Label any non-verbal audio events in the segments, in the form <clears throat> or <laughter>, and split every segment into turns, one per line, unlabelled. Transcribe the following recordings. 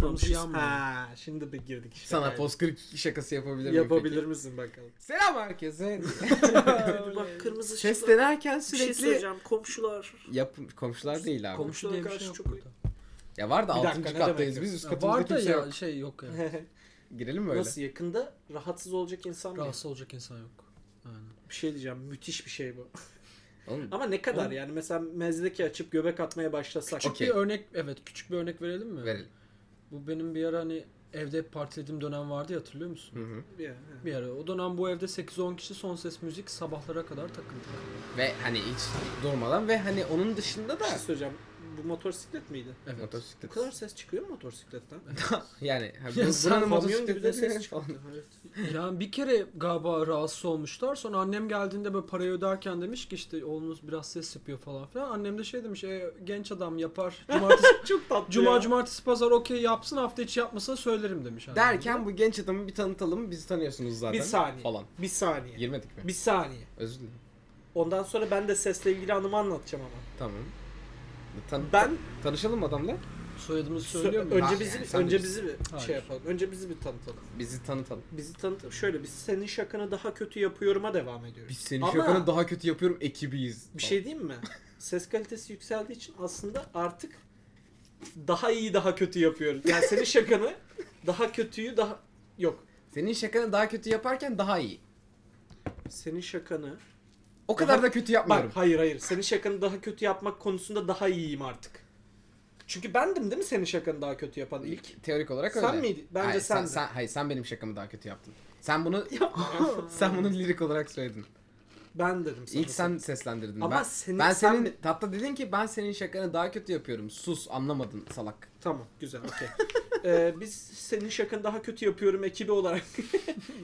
konuşmamışız.
yanmıyor.
Ha, şimdi de girdik işte.
Sana
Yani.
post 42 şakası yapabilir miyim
Yapabilir
peki?
misin bakalım? <laughs>
Selam herkese.
Bak kırmızı
Ses
ışıklar.
denerken
Bir şey
sürekli...
söyleyeceğim. Komşular.
Yap, komşular değil abi.
Komşu-
Komşu diye bir şey
Karşı
yok
çok-
burada.
Ya var da
Bir dakika,
6.
ne
kattayız
demek
biz üst
Ya
katımızda
var da
kimse
ya
yok.
şey yok yani.
Girelim mi öyle?
Nasıl yakında rahatsız olacak insan mı?
Rahatsız olacak insan yok. Aynen.
Bir şey diyeceğim. Müthiş bir şey bu.
Oğlum,
Ama ne kadar yani mesela mezdeki açıp göbek atmaya başlasak.
Küçük- Okey.
Bir örnek evet küçük bir örnek verelim mi?
verelim.
Bu benim bir ara hani evde hep partilediğim dönem vardı ya, hatırlıyor musun?
Hı hı.
Ya, ha.
Bir ara o dönem bu evde 8-10 kişi son ses müzik sabahlara kadar takıldık.
Ve hani hiç durmadan ve hani onun dışında
Bir
da
şey söyleyeceğim. Bu motosiklet miydi?
Evet.
Bu
motosiklet.
kadar ses çıkıyor mu
<laughs>
motosikletten?
yani ha, bu-
Ya sen
buranın
Kamyon gibi de
motosikleti <laughs>
ses
falan.
çıktı. Evet.
<laughs> Yani bir kere galiba rahatsız olmuşlar. Sonra annem geldiğinde böyle parayı öderken demiş ki işte oğlunuz biraz ses yapıyor falan filan. Annem de şey demiş e, genç adam yapar. Cumartesi, <laughs>
Çok tatlı
cuma
ya.
cumartesi pazar okey yapsın hafta içi yapmasına söylerim demiş. annem.
Derken bu genç adamı bir tanıtalım. Bizi tanıyorsunuz zaten.
Bir saniye.
Falan.
Bir saniye.
Girmedik mi?
Bir saniye.
Özür dilerim.
Ondan sonra ben de sesle ilgili anımı anlatacağım ama.
Tamam. Tan
Ben
tanışalım adamla.
soyadımızı söylüyor mu?
önce
Ben-
bizi
yani sen
önce
bilirsin.
bizi bir
Hayır.
şey yapalım. Önce bizi bir tanıtalım.
Bizi tanıtalım.
Bizi tanıtalım. Şöyle biz senin şakanı daha kötü yapıyorum'a devam ediyoruz.
Biz senin
Ama-
şakanı daha kötü yapıyorum ekibiyiz.
Bir şey diyeyim mi? Ses kalitesi yükseldiği için aslında artık daha iyi daha kötü yapıyoruz. Yani senin şakanı daha kötüyü daha yok.
Senin şakanı daha kötü yaparken daha iyi.
Senin şakanı
O kadar
Daha-
da kötü
Bak
yapmıyorum.
hayır hayır. Senin şakanı daha kötü yapmak konusunda daha iyiyim artık. Çünkü bendim değil mi senin şakanı daha kötü yapan ilk?
<laughs> İlk teorik olarak
Sen
öyle.
miydin? Bence
hayır, sen,
sendin.
sen, hayır sen benim şakamı daha kötü yaptın. Sen bunu <laughs> sen bunu lirik olarak söyledin.
Ben dedim sana.
İlk sen seslendirdin.
Ama
ben,
senin-
ben senin
sen-
tatlı dedin ki ben senin şakanı daha kötü yapıyorum. Sus anlamadın salak.
Tamam güzel okey. Ee, biz senin şakanı daha kötü yapıyorum ekibi olarak. <laughs>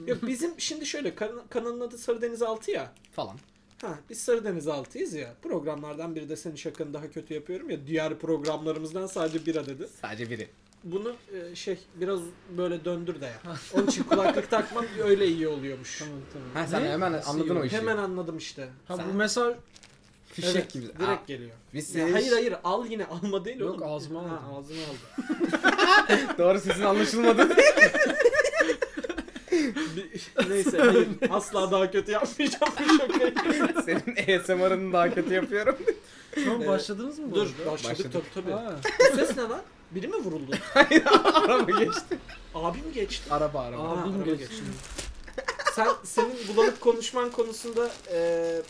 Yok bizim şimdi şöyle kan- kanalın adı Sarıdeniz 6 ya.
Falan.
Ha, biz Sarıdeniz 6'yız ya. Programlardan biri de senin şakanı daha kötü yapıyorum ya. Diğer programlarımızdan sadece bir adedir.
Sadece biri.
Bunu e, şey biraz böyle döndür de
<laughs>
ya. Onun için kulaklık takmak öyle iyi oluyormuş.
Tamam tamam.
Ha sen
Ne?
hemen
Nasıl
anladın
yok?
o işi.
Hemen anladım işte.
Ha,
Sen-
bu mesaj
Fişek
Evet,
gibi.
Direkt
Aa,
geliyor.
biz
Ya
senin-
hayır hayır al yine alma değil
Yok,
oğlum.
ağzıma
Ha,
aldım.
ağzına aldım. <laughs>
Doğru sesin anlaşılmadı. <laughs>
Bir- Neyse hayır asla daha kötü yapmayacağım <laughs> bu şakayı.
senin ASMR'ını daha kötü yapıyorum. <laughs>
Şu an
Evet.
başladınız mı bu
Dur
arada?
başladık,
Başladık.
tabii tabii.
Ha.
Bu ses ne lan? Biri mi vuruldu?
Araba geçti.
Abim geçti.
Araba araba.
Aa,
Abim
araba
geçti.
Sen senin bulanık konuşman konusunda eee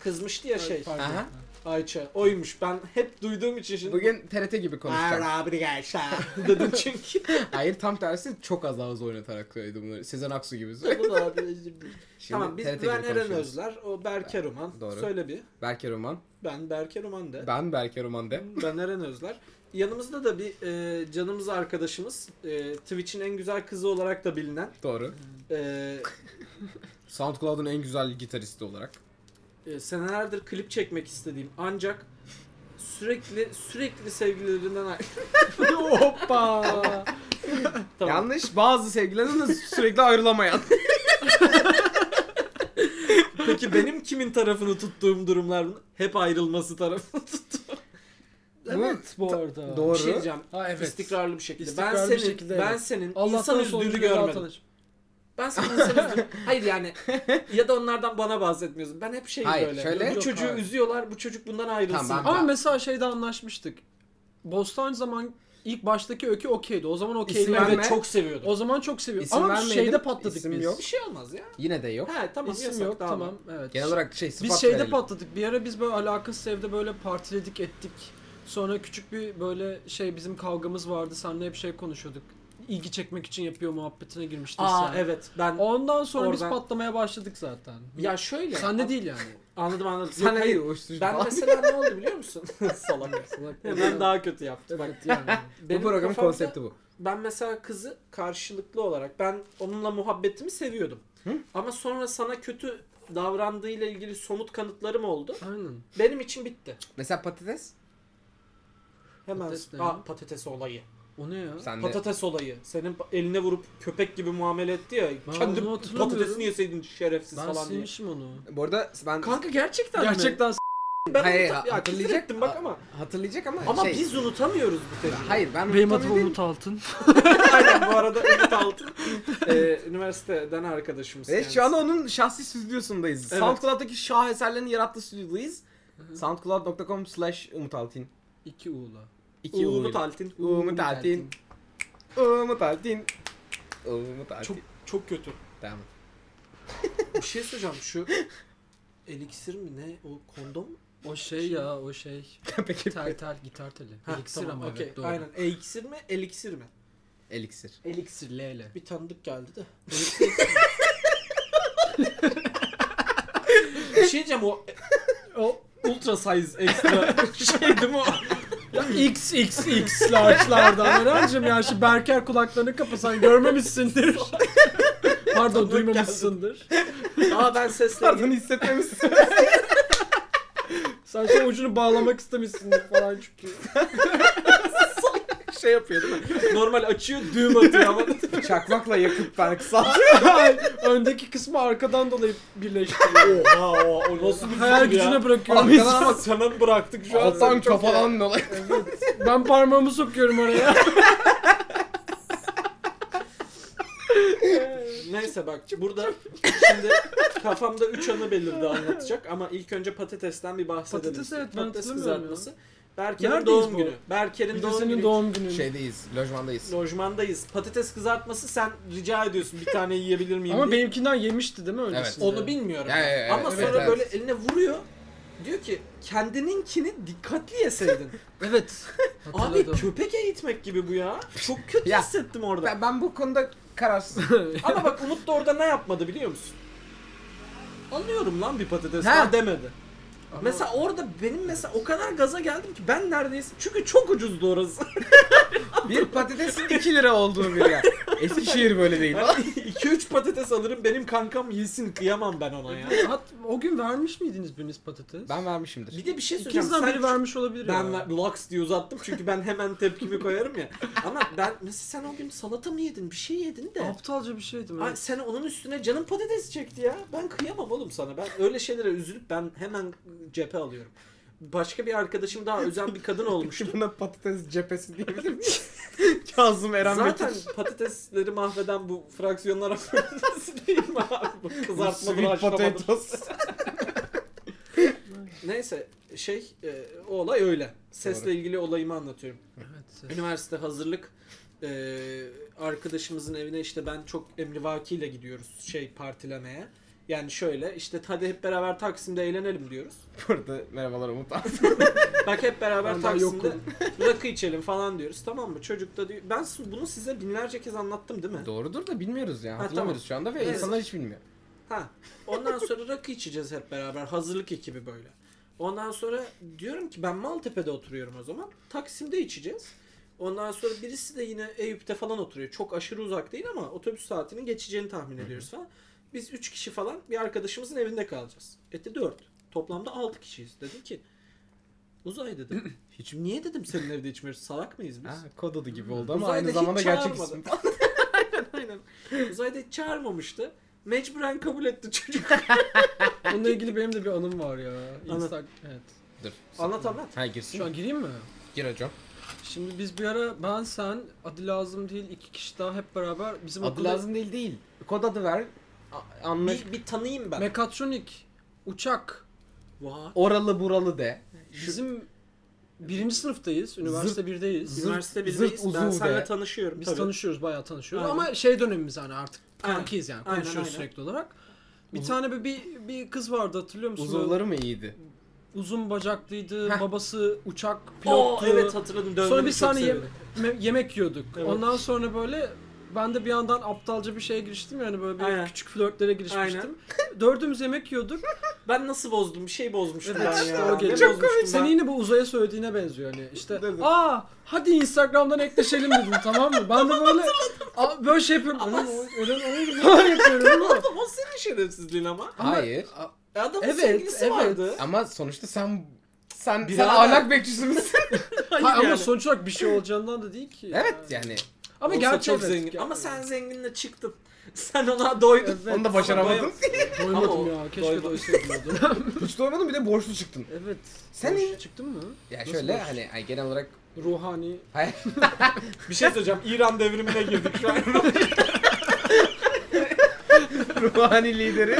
kızmıştı ya şey
Pardon.
Aha.
Ayça. Oymuş. Ben hep duyduğum için şimdi.
Bugün TRT gibi konuşacağım.
abi geçti. <laughs> Dedim çünkü.
Hayır tam tersi çok az daha hızlı oynatarak söyledi bunları. Sezen Aksu gibi. Şimdi
Bu da abi. tamam biz
TRT gibi
ben Eren
konuşuyoruz.
Özler, o Berke Roman.
Doğru.
Söyle bir.
Berke Roman.
Ben Berke Roman de.
Ben Berke Roman de.
Ben Eren Özler. Yanımızda da bir eee canımız arkadaşımız, eee, Twitch'in en güzel kızı olarak da bilinen
Doğru.
eee
SoundCloud'un en güzel gitaristi olarak.
<laughs> e, senelerdir klip çekmek istediğim ancak sürekli sürekli sevgililerinden ay- <laughs>
Hoppa.
tamam.
<laughs> Yanlış bazı sevgilerinden de
<laughs>
sürekli ayrılamayan.
Peki benim kimin tarafını tuttuğum durumlar bunlar? hep ayrılması tarafını <laughs> tuttuğum.
evet bu arada.
Doğru.
Bir şey diyeceğim.
Ha evet.
İstikrarlı bir şekilde.
İstikrarlı
ben
bir
senin
şekilde,
ben
evet.
senin
Allah'tan
insan
sonucu
üzdüğünü
görmedim.
görmedim. Ben senin insan üzdüğünü.
<laughs>
Hayır yani ya da onlardan bana bahsetmiyorsun. Ben hep şeyim
Hayır,
böyle.
şöyle-
bu
Yok,
çocuğu
hayır.
üzüyorlar. Bu çocuk bundan ayrılsın.
Tamam, ben-
Ama mesela şeyde anlaşmıştık. Bostancı zaman ilk baştaki öykü okeydi. O zaman okeydi.
İsim
Evet,
verme.
çok seviyordum.
O zaman çok seviyorum.
İsim
Ama
vermeyelim,
şeyde patladık
isim
biz.
yok.
Bir şey olmaz ya.
Yine de yok.
He tamam
İsim
yasak,
yok
tamam.
tamam. evet.
Genel olarak şey sıfat
biz şeyde
verelim.
patladık. Bir ara biz böyle alakasız evde böyle partiledik ettik. Sonra küçük bir böyle şey bizim kavgamız vardı. Seninle hep şey konuşuyorduk. İlgi çekmek için yapıyor muhabbetine girmiştin
Aa
sen.
evet ben
Ondan sonra biz
Oradan-
patlamaya başladık zaten.
ya şöyle
Sen de değil yani.
Anladım anladım.
Sen
Yok,
hayır
hayır.
uyuşturucu
Ben
falan.
mesela ne oldu biliyor <laughs> musun? Salak. <laughs>
Salak
Hemen daha kötü yaptı. Bak
Evet yani.
Bu
benim
programın
kafamda-
konsepti bu.
Ben mesela kızı karşılıklı olarak ben onunla muhabbetimi seviyordum. Ama sonra sana kötü davrandığıyla ilgili somut kanıtlarım oldu.
Aynen.
Benim için bitti.
Mesela patates.
Hemen
Patates ne
Aa,
ya?
patates olayı.
O ne ya?
Sen de.
Patates olayı. Senin pa- eline vurup köpek gibi muamele etti ya.
onu
Kendi
hatırlamıyorum.
patatesini yeseydin şerefsiz
Ben
falan diye.
silmişim onu.
Bu arada ben
Kanka gerçekten, mi?
Gerçekten
Hayır ben
Hayır,
unutam- ya, küfür
hatırlayacak-
ettim bak ama.
Hatırlayacak ama,
Ama
şey.
biz unutamıyoruz bu tecrübeyi.
Hayır ben
Benim adım
unutamıyorum.
Umut Altın.
Aynen bu arada Ümit Altın. Ee, üniversiteden arkadaşımız.
Ve
kendisi.
şu anda onun şahsi stüdyosundayız.
Evet.
SoundCloud'daki şaheserlerini yarattığı stüdyodayız. Soundcloud.com slash Umut Altin.
İki U'la.
İki
Umut
Umut Altin.
Altın.
Umut Altin. Umut Altin. Umut Altin.
Çok çok kötü.
Tamam.
Bir şey söyleyeceğim şu eliksir mi ne o kondom?
O şey ya o
<laughs>
şey.
Peki.
Tel tel gitar teli.
Ha,
Eliksir
tamam,
ama
okey,
evet doğru.
Aynen. Eliksir mi eliksir mi?
Eliksir.
Eliksir L ile.
Bir tanıdık geldi
<laughs>
de. Bir şey diyeceğim o o ultra size extra şey değil mi o?
Ya X X X large'lardan Eren'cim ya şu Berker kulaklarını kapasan
<laughs>
görmemişsindir. Pardon duymamışsındır.
Aa ben seslerini
Pardon
<laughs>
hissetmemişsin.
Sen şu ucunu bağlamak istemişsindir falan
<laughs>
çünkü.
şey yapıyor değil mi?
normal açıyor düğüm atıyor ama
Çakmakla yakıp ben kısa.
Öndeki kısmı arkadan dolayı birleştiriyor.
Oha o, o nasıl bir
Hayal
film
gücüne
ya?
bırakıyor.
Abi-
Arkadan-
Sana, sana mı bıraktık şu an?
Alttan
Çok ya.
kafadan dolayı.
Ben parmağımı sokuyorum
<laughs>
oraya.
Neyse bak burada <laughs> şimdi kafamda 3 anı belirdi anlatacak ama ilk önce patatesten bir bahsedelim.
Patates,
istedim.
evet, ben
Patates
hatırlamıyorum
kızartması. Berker'in
Neredeyiz
doğum
bu?
günü. Berker'in
Bir de
doğum
senin
günü.
doğum günün.
Şeydeyiz, lojmandayız.
Lojmandayız. Patates kızartması sen rica ediyorsun bir tane yiyebilir miyim
Ama
diye.
benimkinden yemişti değil mi öncesinde?
Onu bilmiyorum.
Ya, ya, ya,
ama
evet,
sonra
evet.
böyle eline vuruyor. Diyor ki kendininkini dikkatli yeseydin.
Evet. <laughs>
Abi
Hatırladım.
köpek eğitmek gibi bu ya. Çok kötü
Ya,
hissettim orada.
Ben, ben bu konuda kararsız.
Ama bak Umut da orada ne yapmadı biliyor musun? Anlıyorum lan bir patates
Ha.
var demedi.
Ama-
Mesela orada benim mesela o kadar gaza geldim ki ben neredeyse çünkü çok ucuzdu orası.
bir patatesin 2 lira olduğu bir
<laughs>
yer. Eskişehir böyle değil.
2-3 patates alırım benim kankam yesin kıyamam ben ona ya.
Hat- o gün vermiş miydiniz biriniz patates?
Ben vermişimdir.
Bir de bir şey söyleyeceğim.
İkinizden
Sen
biri vermiş olabilir ya.
ben ver, lux diye uzattım çünkü ben hemen tepkimi koyarım ya. Ama ben mesela sen o gün salata mı yedin bir şey yedin de.
Aptalca bir şeydi.
Ay, sen onun üstüne canım patates çekti ya. Ben kıyamam oğlum sana. Ben öyle şeylere üzülüp ben hemen cephe alıyorum. Başka bir arkadaşım daha özen bir kadın olmuştu.
Buna patates cephesi diyebilir miyiz? <laughs> Kazım Eren
Zaten
<laughs>
Bekir.
patatesleri mahveden bu fraksiyonlar <laughs> affedersin değil mi abi? Bu kızartmadır,
Sweet
haşlamadır.
potatoes. <laughs>
Neyse şey e, o olay öyle. Sesle ilgili olayımı anlatıyorum.
Evet.
Üniversite hazırlık e, arkadaşımızın evine işte ben çok emrivakiyle gidiyoruz şey partilemeye. Yani şöyle işte hadi hep beraber Taksim'de eğlenelim diyoruz.
Burada merhabalar Umut abi.
Bak hep beraber
Ben daha
Taksim'de
yokum.
rakı içelim falan diyoruz tamam mı? Çocuk da diyor ben su- bunu size binlerce kez anlattım değil mi?
<laughs> Doğrudur da bilmiyoruz ya.
Ha,
Hatırlamıyoruz şu anda ve
Evet.
insanlar hiç bilmiyor.
Ha. Ondan sonra rakı içeceğiz hep beraber. Hazırlık ekibi böyle. Ondan sonra diyorum ki ben Maltepe'de oturuyorum o zaman. Taksim'de içeceğiz. Ondan sonra birisi de yine Eyüp'te falan oturuyor. Çok aşırı uzak değil ama otobüs saatinin geçeceğini tahmin ediyoruz falan. Biz 3 kişi falan bir arkadaşımızın evinde kalacağız. Eti 4. Toplamda 6 kişiyiz. Dedim ki Uzay dedim. Hiç niye dedim senin evde içmiyoruz? Salak mıyız biz?
Ha, kod adı gibi oldu ama
Uzayda
aynı
hiç
zamanda gerçek
çağırmadı.
isim.
<laughs>
<laughs>
Aynen. Uzayda hiç çağırmamıştı. Mecburen kabul etti çocuk.
Bununla ilgili benim de bir anım var ya.
Anlat.
Insta- evet.
Dur.
anlat anlat.
Ha girsin.
Şu an gireyim mi?
Gir hocam.
Şimdi biz bir ara ben sen adı lazım değil iki kişi daha hep beraber bizim
Adı
okulda
lazım değil değil. Kod adı ver. A- Anla.
Bir, bir tanıyayım ben.
mekatronik uçak
What?
Oralı buralı de. Şu-
bizim birinci sınıftayız üniversite birdeyiz.
zırt-
Üniversite
zırt
birdeyiz. Ben
uzuv
seninle
be.
tanışıyorum.
Biz
tabii.
tanışıyoruz bayağı tanışıyoruz
Aynen.
ama şey dönemimiz hani artık
Aynen.
kankiyiz yani
Aynen,
konuşuyoruz
aynen.
sürekli olarak. Bir
Uzun-
tane bir, bir bir kız vardı hatırlıyor musun? Böyle
Uzuvları mı iyiydi?
Uzun bacaklıydı,
Heh.
babası uçak
Oo,
pilottu.
evet hatırladım. Dövmeni
Sonra bir
çok
saniye-
severim.
Me- yemek yiyorduk.
Evet.
Ondan sonra böyle ben de bir yandan aptalca bir şeye giriştim yani böyle bir
Aynen.
küçük flörtlere girişmiştim. <laughs> Dördümüz yemek yiyorduk.
Ben nasıl bozdum? Bir şey bozmuştum
Evet,
ben
işte
ya.
o gece.
Ne
Çok
bozmuştum ben?
Senin yine bu uzaya söylediğine benziyor hani işte.
Dedim.
Aa hadi Instagram'dan ekleşelim dedim <laughs> tamam mı? Ben de böyle Aa, böyle şey yapıyorum. Ulan o- ulan o- falan yapıyorum ama.
<laughs> Adam o senin şerefsizliğin ama.
Ama-
Hayır.
E, Adamın
Evet,
sevgilisi
evet.
vardı.
Ama sonuçta sen sen, sen
Birader. <laughs>
ahlak bekçisi misin?
Hayır
Ha, ama
yani.
sonuç olarak bir şey olacağından da değil ki.
evet yani.
Ama
Olsa
gerçi
çok
evet,
zengin.
ger-
Ama sen zenginle çıktın. <laughs> Sen ona doydun.
Evet.
Onu da başaramadın.
Doymadım
Ama o-
ya. Keşke
doyma-
doysaydım o dönem.
Hiç doymadın bir de borçlu çıktın.
evet.
Sen
Boş
iyi.
çıktın mı?
Ya
Nasıl
şöyle
boş?
hani ay, genel olarak
<laughs>
Ruhani.
hayır.
Bir şey söyleyeceğim. İran devrimine girdik <laughs> şu an.
ruhani <laughs> lideri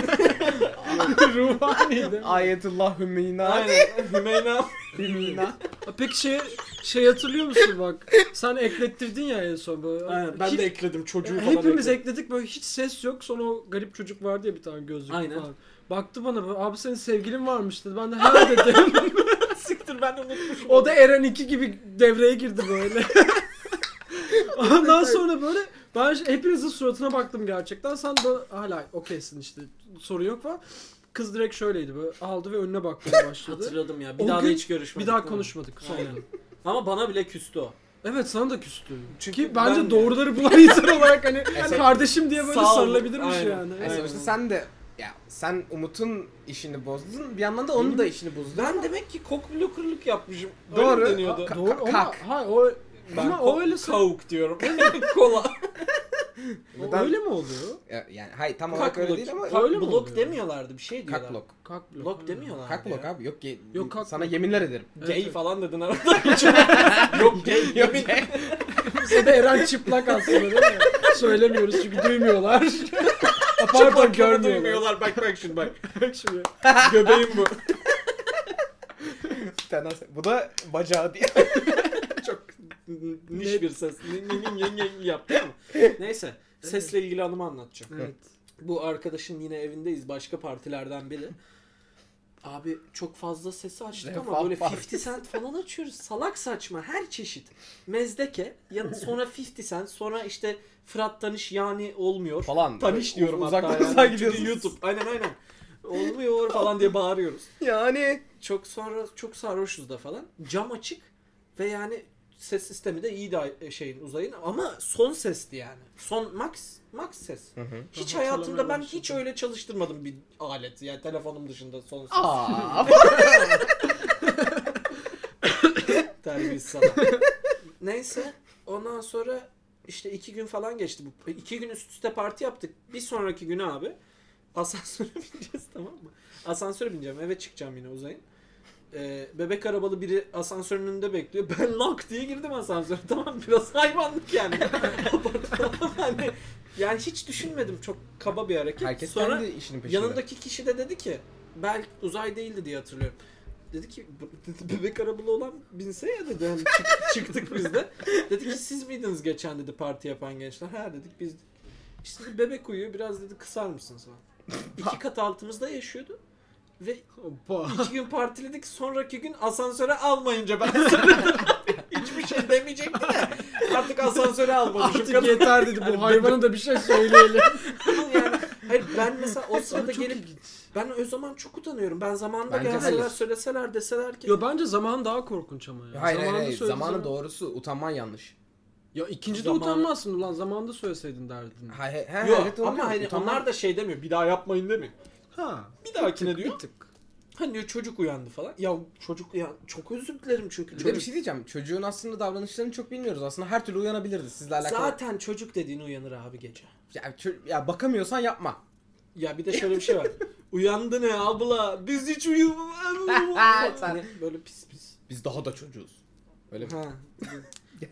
Ruhani de.
Ayetullah Hümeyna.
Aynen. Hümeyna.
Hümeyna.
Peki şey, şey hatırlıyor musun bak? Sen eklettirdin ya en son böyle.
Aynen. Ben
Hiç- e,
de ekledim. Çocuğu falan
Hepimiz
ekledim.
ekledik böyle hiç ses yok. Sonra o garip çocuk vardı ya bir tane gözlüklü
Aynen.
falan. Baktı bana böyle, abi senin sevgilin varmış dedi. Ben de he
<laughs>
dedim.
Siktir ben de unutmuşum.
o da Eren 2 gibi devreye girdi
<laughs>
böyle. Ondan sonra böyle ben ş- hepinizin suratına baktım gerçekten. Sen de hala okeysin işte soru yok falan. Kız direkt şöyleydi böyle aldı ve önüne bakmaya başladı.
Hatırladım ya. Bir
O
daha da
gün
hiç görüşmedik.
bir daha
değil mi?
konuşmadık sonra.
Aynen. Ama bana bile küstü o.
Evet sana da küstü.
Çünkü
Ki bence
ben de-
doğruları bulan insan olarak hani
Esas-
kardeşim diye böyle
Sağ ol.
sarılabilirmiş
Aynen.
yani.
Yani sonuçta sen de ya sen Umut'un işini bozdun bir yandan da onun da işini bozdun.
Ben demek ki kok blokerlık yapmışım.
Doğru.
Öyle mi deniyordu.
Ka-
Doğru ama
Kak.
hayır o
Ben
ama o
ko-
öyle
kavuk diyorum. <laughs> Kola.
o
Ben-
öyle mi oluyor?
Ya- yani hayır tam olarak
Kak
öyle
blok.
değil ama
Kak
Öyle mi
blok
oluyor?
demiyorlardı. Bir şey diyorlar.
kak blok.
Kalk blok.
Blok demiyorlar.
Kak blok abi yok ki
Yok, kak
sana
blok.
yeminler ederim.
Evet,
Gay
evet.
falan dedin arada.
<laughs>
Yok gay.
Yok
yemin-
ki.
Bize de Eren çıplak aslında değil mi? Söylemiyoruz çünkü <laughs> duymuyorlar. Ha, Pardon
Çıplakları
görmüyorlar.
duymuyorlar. Bak bak şimdi bak.
Bak şimdi. <laughs>
Göbeğim bu.
Bir tane as- Bu da bacağı diye.
Çok niş bir ses. Nin nin nin yaptı
<laughs>
ama. Neyse. Sesle ilgili anımı anlatacağım.
Evet.
Bu arkadaşın yine evindeyiz. Başka partilerden biri. Abi çok fazla sesi açtık ama
Refah
böyle
partisi.
50 cent falan açıyoruz. Salak saçma her çeşit. Mezdeke
<laughs>
ya sonra 50 cent sonra işte Fırat Tanış yani olmuyor.
Falan.
Tanış diyorum
Uzaktan
hatta.
uzağa
yani. Çünkü
gidiyorsunuz.
YouTube. Aynen aynen. Olmuyor falan diye bağırıyoruz.
<laughs> Yani
Çok sonra çok sarhoşuz da falan. Cam açık ve yani ses sistemi de iyi de şeyin uzayın ama son sesti yani. Son max max ses.
hı.
Hiç
Ben
hayatımda ben
hatırlamaya
hiç
başladım.
öyle çalıştırmadım bir alet. Yani telefonum dışında son ses.
Aa.
Terbiyesiz adam. <laughs> Neyse ondan sonra işte iki gün falan geçti. Bu, iki gün üst üste parti yaptık. Bir sonraki günü abi asansöre <laughs> bineceğiz tamam mı? Asansöre bineceğim eve çıkacağım yine uzayın. Ee, bebek arabalı biri asansörün önünde bekliyor. Ben lak diye girdim asansöre. <laughs> Tamam biraz hayvanlık
<laughs>
yani. Abartma. yani, yani hiç düşünmedim çok kaba bir hareket.
Herkes
sonra
kendi işinin
<laughs>
peşinde.
Yanındaki kişi de dedi ki belki uzay değildi diye hatırlıyorum. Dedi ki "Bu- <laughs> dedi, bebek arabalı olan binse ya dedi hani çık- <laughs> çıktık biz de. Dedi ki siz miydiniz geçen dedi parti yapan gençler. Ha dedik biz. İşte dedi, bebek uyuyor biraz dedi kısar
<laughs>
mısınız falan. İki kat altımızda yaşıyordu. Ve
Hoppa.
iki gün partiledik sonraki gün asansöre almayınca ben söyledim. <laughs> Hiçbir şey demeyecekti de artık asansöre almamışım.
Artık yeter dedi bu hayvana da bir şey <laughs> söyleyelim.
yani, hayır ben mesela o sırada
Çok
gelip
ilginç.
ben o zaman çok utanıyorum. Ben zamanında
Bence
gelseler
hayır.
söyleseler deseler ki
Yo bence zaman daha korkunç ama ya.
Hayır hayır
Zamanında
hayır.
söylediği
Zamanı
zaman-
doğrusu utanman yanlış.
Ya ikinci de
Zamanı-
utanmazsın ulan zamanında söyleseydin derdin.
Hayır hayır. Ha,
Yok
evet, doğru
ama
diyorum.
hani
Utanman-
onlar da şey demiyor. Bir daha yapmayın demiyor.
Ha.
Bir dahakine diyor.
Bir tık.
Hani diyor çocuk uyandı falan. Ya çocuk ya çok özür dilerim çünkü
Bir de bir
çocuk.
şey diyeceğim. Çocuğun aslında davranışlarını çok bilmiyoruz. Aslında her türlü uyanabilirdi sizle alakalı.
Zaten çocuk dediğin uyanır abi gece.
Ya, çö- ya bakamıyorsan yapma.
Ya bir de şöyle bir şey
<laughs>
var. Uyandı ne abla? Biz hiç
<laughs>
uyumadık. hani böyle pis pis.
Biz daha da çocuğuz. Öyle mi?
Ha.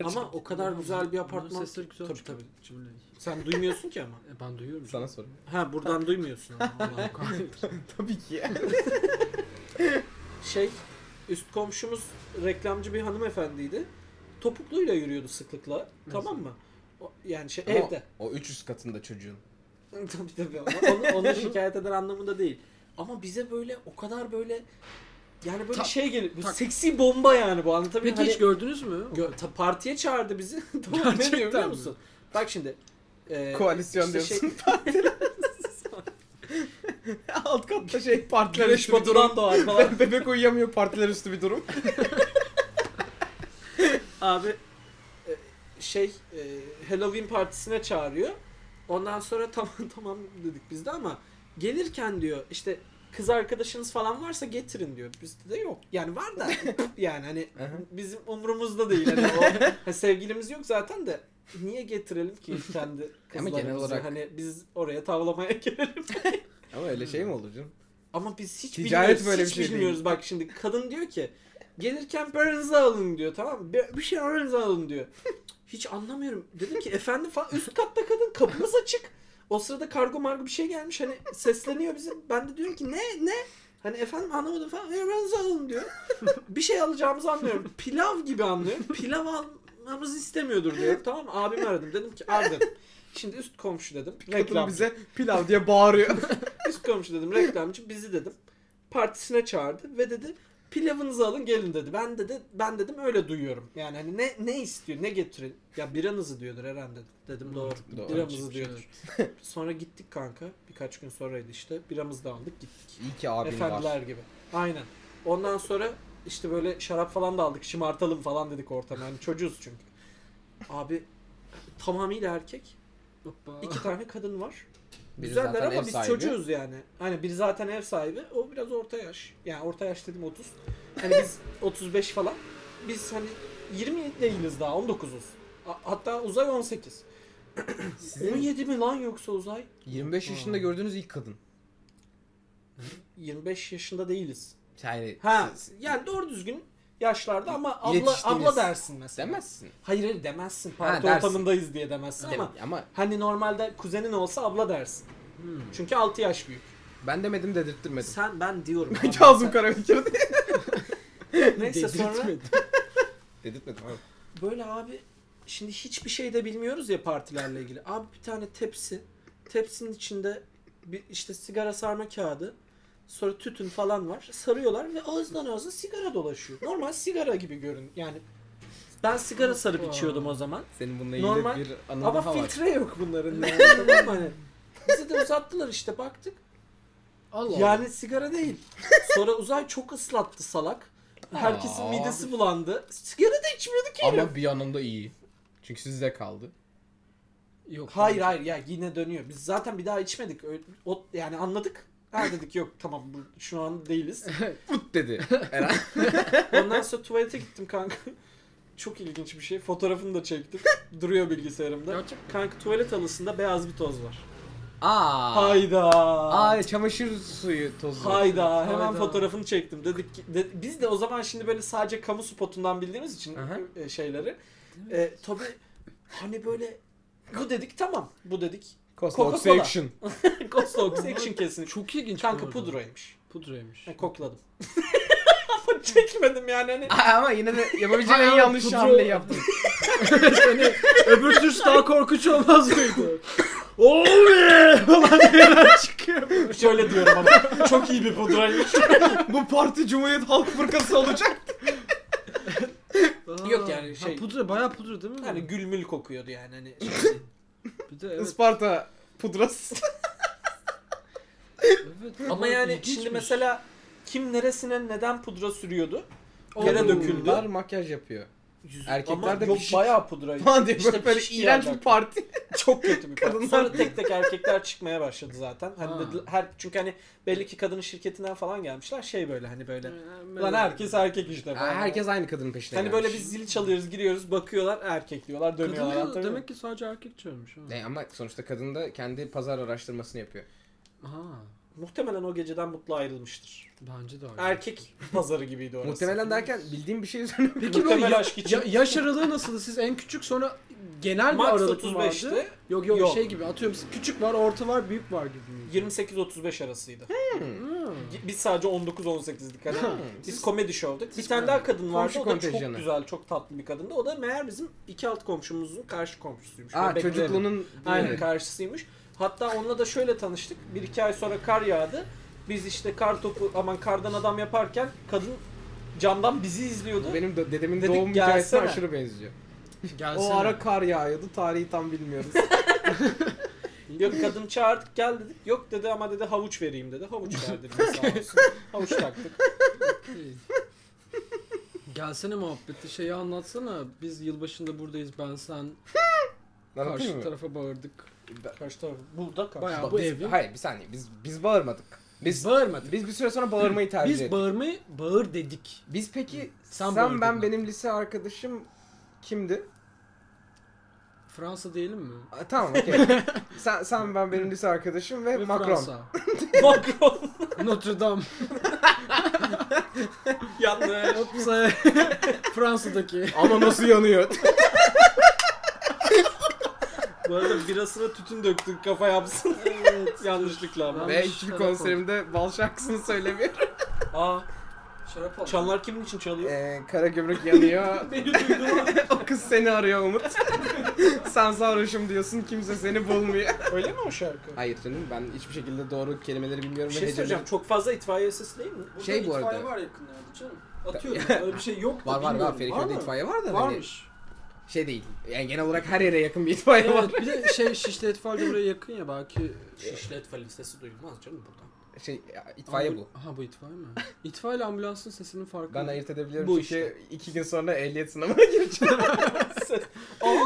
ama o kadar güzel bir apartman.
Bunların Sesleri güzel
Tabii,
çıkıyor.
tabii.
Cümleyi.
Sen duymuyorsun ki ama.
E, ben duyuyorum.
Sana soruyorum.
Ha buradan duymuyorsun ama. Allah'ım.
<laughs>
<laughs>
Tabii ki.
şey üst komşumuz reklamcı bir hanımefendiydi. Topukluyla yürüyordu sıklıkla. Tamam mı? O, yani şey
Ama
evde.
O 300 katında çocuğun.
<laughs> tabii tabii. <laughs> Ama Onu, onu şikayet eden anlamında değil. Ama bize böyle o kadar böyle yani böyle
Tak,
şey geliyor. Bu
tak.
seksi bomba yani bu anlatabiliyor
Peki
muyum?
hiç gördünüz mü?
Hani gö- ta- partiye çağırdı bizi. <laughs> tamam, ne diyor
Gerçekten
biliyor
mi?
musun? Bak şimdi. e,
Koalisyon
işte şey-
diyorsun. <laughs> Alt katta şey partiler
Güneş batıran doğar falan.
Be- <laughs> Bebek uyuyamıyor partiler üstü bir durum.
Abi e, şey e, Halloween partisine çağırıyor. Ondan sonra <laughs> tamam tamam dedik biz de ama gelirken diyor işte kız arkadaşınız falan varsa getirin diyor. Bizde de yok. Yani
<laughs>
var da yani hani
Aha. <laughs>
bizim umurumuzda değil. Hani o, ha, hani sevgilimiz yok zaten de niye getirelim ki kendi
Ama genel
kızlarımızı?
olarak-
Hani biz oraya tavlamaya <laughs> gelelim.
<laughs> Ama öyle şey mi olur canım?
Ama biz hiç
Ticaret
bilmiyoruz.
böyle
hiç
bir şey değil.
bilmiyoruz. Bak şimdi kadın diyor ki gelirken paranızı alın diyor tamam mı? Bir, bir şey paranızı alın diyor. <laughs> Hiç anlamıyorum. Dedim ki efendim falan üst katta kadın kapımız açık. O sırada kargo margo bir şey gelmiş hani sesleniyor bize. Ben de diyorum ki ne ne? Hani efendim anlamadım falan. Paranızı alın diyor. <laughs> Bir şey alacağımızı anlıyorum. Pilav gibi anlıyorum. Pilav almamızı istemiyordur diyor. Tamam mı? abimi aradım. Dedim ki abi dedim, Şimdi üst komşu dedim.
Kadın
Reklam
bize pilav diye bağırıyor.
Üst komşu dedim reklamcı bizi dedim partisine çağırdı ve dedi pilavınızı alın gelin dedi. Ben dedi ben dedim öyle duyuyorum. Yani hani ne ne istiyor ne getirin. Ya biranızı diyordur Eren dedi. Dedim doğru.
doğru.
Biramızı
Hiçbir şey
diyordur. Sonra gittik kanka. Birkaç gün sonraydı işte. Biramızı da aldık gittik.
<laughs> İyi ki abin
Efendiler
var.
gibi. Aynen. Ondan sonra işte böyle şarap falan da aldık. Şımartalım falan dedik ortama. Hani çocuğuz çünkü. Abi tamamıyla erkek.
Hoppa.
iki tane kadın var.
Biri
Güzeller
zaten
ama
ev
biz
sahibi.
çocuğuz yani. Hani biri zaten ev sahibi, o biraz orta yaş. Yani orta yaş dedim 30. Hani
<laughs>
biz 35 falan. Biz hani 20 değiliz daha, 19'uz. A- Hatta uzay 18.
<clears throat>
17 mi lan yoksa uzay?
25 yaşında gördüğünüz ilk kadın.
25 yaşında değiliz.
Yani
Ha,
siz-
yani doğru düzgün yaşlarda ama abla,
Yetiştiniz.
abla dersin mesela.
demezsin.
Hayır hayır demezsin. Parti
dersin.
ortamındayız diye demezsin
Dem-
ama
ama
hani normalde kuzenin olsa abla dersin.
Hmm.
Çünkü 6 yaş büyük.
ben demedim dedirttirmedim.
Sen ben <laughs> diyorum.
<laughs> Kazım Karabekir diye.
Neyse sonra
Dedirtmedi.
Dedirtmedim abi.
böyle abi şimdi hiçbir şey de bilmiyoruz ya partilerle ilgili. Abi bir tane tepsi. Tepsinin içinde bir işte sigara sarma kağıdı. Sonra tütün falan var. Sarıyorlar ve ağızdan ağza sigara dolaşıyor. Normal sigara gibi görün. Yani ben sigara sarıp içiyordum o zaman.
Senin bununla ilgili
Normal.
bir anın
Ama
daha var.
filtre yok bunların. Yani, tamam mı? Hani bize de uzattılar işte baktık.
Allah
Yani sigara değil. Sonra uzay çok ıslattı salak. Herkesin
Aa.
midesi bulandı. Sigara da içmiyorduk herif.
Ama bir yanında iyi. Çünkü sizde kaldı.
Allah. Yok.
Hayır hayır ya yine dönüyor. Biz zaten bir daha içmedik. Ö- O, yani anladık. Ha dedik yok tamam bu, şu an değiliz. <laughs>
Ut dedi. Eren.
Ondan sonra tuvalete gittim kanka. <laughs> Çok ilginç bir şey. Fotoğrafını da çektim. Duruyor bilgisayarımda.
Gerçek mi?
Kanka tuvalet halısında beyaz bir toz var.
Aa.
Hayda.
Ay çamaşır suyu tozu.
Hayda. Hemen
Hayda.
fotoğrafını çektim. Dedik ki- de- biz de o zaman şimdi böyle sadece kamu spotundan bildiğimiz için
Aha.
e, şeyleri. E, tabii hani böyle bu dedik tamam. Bu dedik. <laughs>
Cost
Coca-Cola. <laughs>
Obsession.
Ghost Dogs Action kesinlikle.
Çok ilginç. bu
Kanka
arada.
pudraymış.
Pudraymış.
Yani kokladım. <laughs> Ama çekmedim yani hani.
Aa, ama yine de yapabileceğin en
Ay,
yanlış
pudra- <laughs>
hamle yaptın.
hani öbür türlüsü daha korkunç olmaz mıydı? Oh yeah! <laughs> Falan diyeler çıkıyor.
Şöyle diyorum ama. Çok iyi bir pudraymış.
Bu parti Cumhuriyet Halk Fırkası olacak.
Aa,
Yok yani şey-
Ha, pudra bayağı pudra değil mi? bu?
Hani gülmül kokuyordu yani hani.
bir de
<laughs>
evet.
Isparta pudrası.
evet
ama yani şimdi mesela kim neresine neden pudra sürüyordu? Yere döküldü.
Bunlar makyaj yapıyor. Erkekler
Ama
de
yok
pişik.
bayağı pudra.
<laughs> Falan diye
İşte
böyle, böyle
pişik
iğrenç
yerler.
bir parti.
Çok kötü bir kadın.
Kadınlar-
Sonra tek tek erkekler çıkmaya başladı zaten.
Ha.
Hani dediler- her çünkü hani belli ki kadının şirketinden falan gelmişler. Şey böyle hani böyle. Lan herkes erkek işte. falan.
herkes aynı kadının peşine
Hani böyle biz zil çalıyoruz, giriyoruz, bakıyorlar, erkek diyorlar, dönüyorlar.
Kadın da
Anlatabiliyor
demek ki sadece erkek çağırmış. Ha.
Ne ama sonuçta kadın da kendi pazar araştırmasını yapıyor.
Aha.
muyum? Muhtemelen o geceden mutlu ayrılmıştır.
Bence de öyle.
Erkek pazarı gibiydi orası.
Muhtemelen derken bildiğim bir şey üzerine.
Peki böyle
Muhtemel
ya,
aşk için.
ya- yaş aralığı nasıldı? Siz en küçük sonra genel bir
Max
aralık mı vardı?
35'ti.
Yok, yok
Yok.
şey gibi atıyorum küçük var, orta var, büyük var gibi. mi?
28-35 arasıydı.
Hmm.
Biz sadece 19-18'dik. Hani biz komedi şovduk. Bir
siz-
tane daha kadın vardı.
Komşu
O da çok
kontenjanı.
güzel, çok tatlı bir kadındı. O da meğer bizim iki alt komşumuzun karşı komşusuymuş.
Aa
Ben beklerim.
çocukluğunun
Aynen karşısıymış. Hatta onunla da şöyle tanıştık. Bir iki ay sonra kar yağdı. Biz işte kar topu aman kardan adam yaparken kadın camdan bizi izliyordu.
Bu benim de- dedemin
Dedik,
doğum hikayesine
gelsene.
aşırı benziyor.
Gelsene.
O ara kar yağıyordu. Tarihi tam bilmiyoruz. <laughs>
Yok kadın çağırdık gel dedik. Yok dedi ama dedi havuç vereyim dedi.
<laughs>
Havuç verdi bize sağ olsun. Havuç taktık.
İyi. Gelsene muhabbeti şeyi anlatsana. Biz yılbaşında buradayız ben sen
Anlatayım
karşı
mı?
tarafa bağırdık.
Karşı tarafı. Burada karşı.
Bayağı-
Ba-
Bu
biz-
evin-
Hayır bir saniye. Biz biz bağırmadık. Biz
Bağırmadık.
biz bir süre sonra bağırmayı tercih
Biz
ettik.
bağırmayı bağır dedik.
Biz peki
Sen
sen,
bağırdın
ben
mı?
benim lise arkadaşım kimdi?
Fransa diyelim mi?
Aa, Tamam
<laughs>
okey. sen, sen ben benim lise arkadaşım ve,
Ve
Macron. <laughs>
Fransa.
Macron
Notre Dame.
yanlış.
Hopsa <laughs> Fransa'daki.
Ama nasıl yanıyor?
Bu arada birasına tütün döktün kafa yapsın.
Evet.
<laughs> Yanlışlıkla ama.
Ve
Yanlış
hiçbir
taraf
konserimde bal şarkısını söylemiyorum.
<laughs>
Aa,
Şarap al.
çanlar kimin için çalıyor?
Ee, kara gümrük yanıyor.
Beni
<laughs>
duydular.
o kız seni arıyor Umut. <laughs> Sen sarhoşum diyorsun kimse seni bulmuyor.
Öyle mi o şarkı?
Hayır canım ben hiçbir şekilde doğru kelimeleri bilmiyorum.
Bir
ve
şey
heceleri-
söyleyeceğim. Çok fazla itfaiye sesi değil
<laughs>
mi?
Şey bu
itfaiye
arada.
var yakınlarda canım. Atıyorum öyle bir şey yok da
Var var var
bilmiyorum.
Feriköy'de
mı?
itfaiye var da hani
Varmış.
şey değil. Yani genel olarak her yere yakın bir itfaiye var.
evet bir de şey Şişli Etfal de buraya yakın ya belki.
Şişli etfaiye sesi duyulmaz canım buradan.
Şey itfaiye bu.
Ha bu itfaiye mi? İtfaiye ile ambulansın sesinin farkı.
Ben ayırt edebiliyorum
Bu
çünkü iki gün sonra ehliyet sınavına <laughs> gireceğim.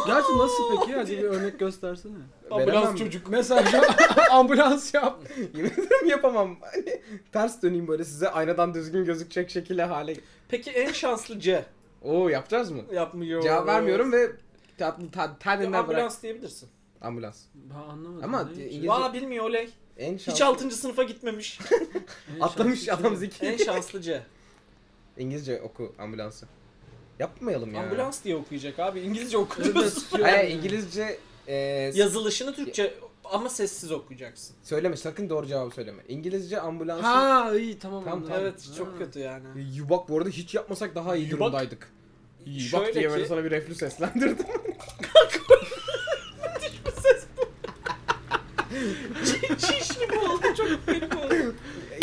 Gerçi nasıl peki? Hadi bir örnek göstersene.
Veremem.
çocuk.
Mesela ambulans yap.
Şey <laughs> Yemin ederim yapamam. Hani ters döneyim böyle size aynadan düzgün gözükecek şekilde hale.
Peki en şanslı C
Oo yapacağız mı?
yapmıyor.
Cevap vermiyorum ve tatlı ta,
Ya
tadından bırak.
ambulans diyebilirsin.
Ambulans.
Ben anlamadım.
Ama
ne için?
İngilizce-
Valla bilmiyor oley.
En
Hiç
şanslı.
6. sınıfa
<laughs>
gitmemiş.
En
Atlamış
şarkı
adam
için.
zeki.
en şanslı C.
İngilizce oku ambulansı. Yapmayalım ya.
Ambulans diye okuyacak abi. İngilizce okuyorsun.
Evet.
Hayır İngilizce e, s-
Yazılışını Türkçe ama sessiz okuyacaksın.
söyleme sakın doğru cevabı söyleme. İngilizce ambulansı.
Ha iyi tamam.
Tam-
anladım.
Evet çok
Ha.
kötü yani.
Yubak bu arada hiç yapmasak daha iyi
Yubak.
durumdaydık. Yubak
Şöyle
diye
ki-
böyle sana bir reflü seslendirdim.
<laughs>
<laughs>
Şişli bu oldu çok garip oldu.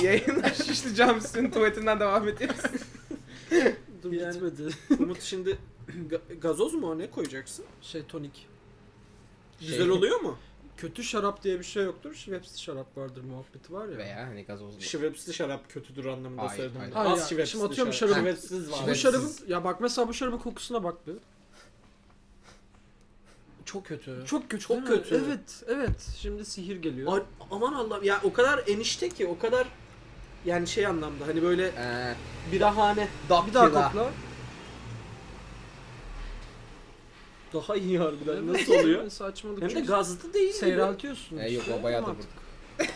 Yayınlar Şişli Camisi'nin tuvaletinden devam ediyoruz.
Dur
Yani-
bitmedi.
Umut şimdi <clears throat> ga- gazoz mu o ne koyacaksın?
Şey tonik.
Şey.
Güzel oluyor mu?
Kötü şarap diye bir şey yoktur. Schweppes şarap vardır muhabbeti var ya.
Veya hani gazozlu.
Şivepsli şarap kötüdür anlamında
Hayır,
söyledim.
hayır.
Hayır ya,
Az şivepsli
şimdi atıyorum
şarap.
şarabı-
Şivepsiz var.
Bu
Şivepsiz.
şarabın ya bak mesela bu şarabın kokusuna bak bir.
Çok kötü.
Çok kötü.
Çok
değil mi?
kötü.
Evet, evet. Şimdi sihir geliyor.
Ay, aman Allah'ım ya o kadar enişte ki o kadar yani şey anlamda hani böyle
Ee,
birahane
dakika.
bir daha kokla.
daha iyi harbiden
Evet,
nasıl oluyor?
Saçmalık.
Hem de
çünkü
gazlı değil gibi.
seyreltiyorsun.
Ee, yok, o
Şey
bayağı
yapma
da
artık.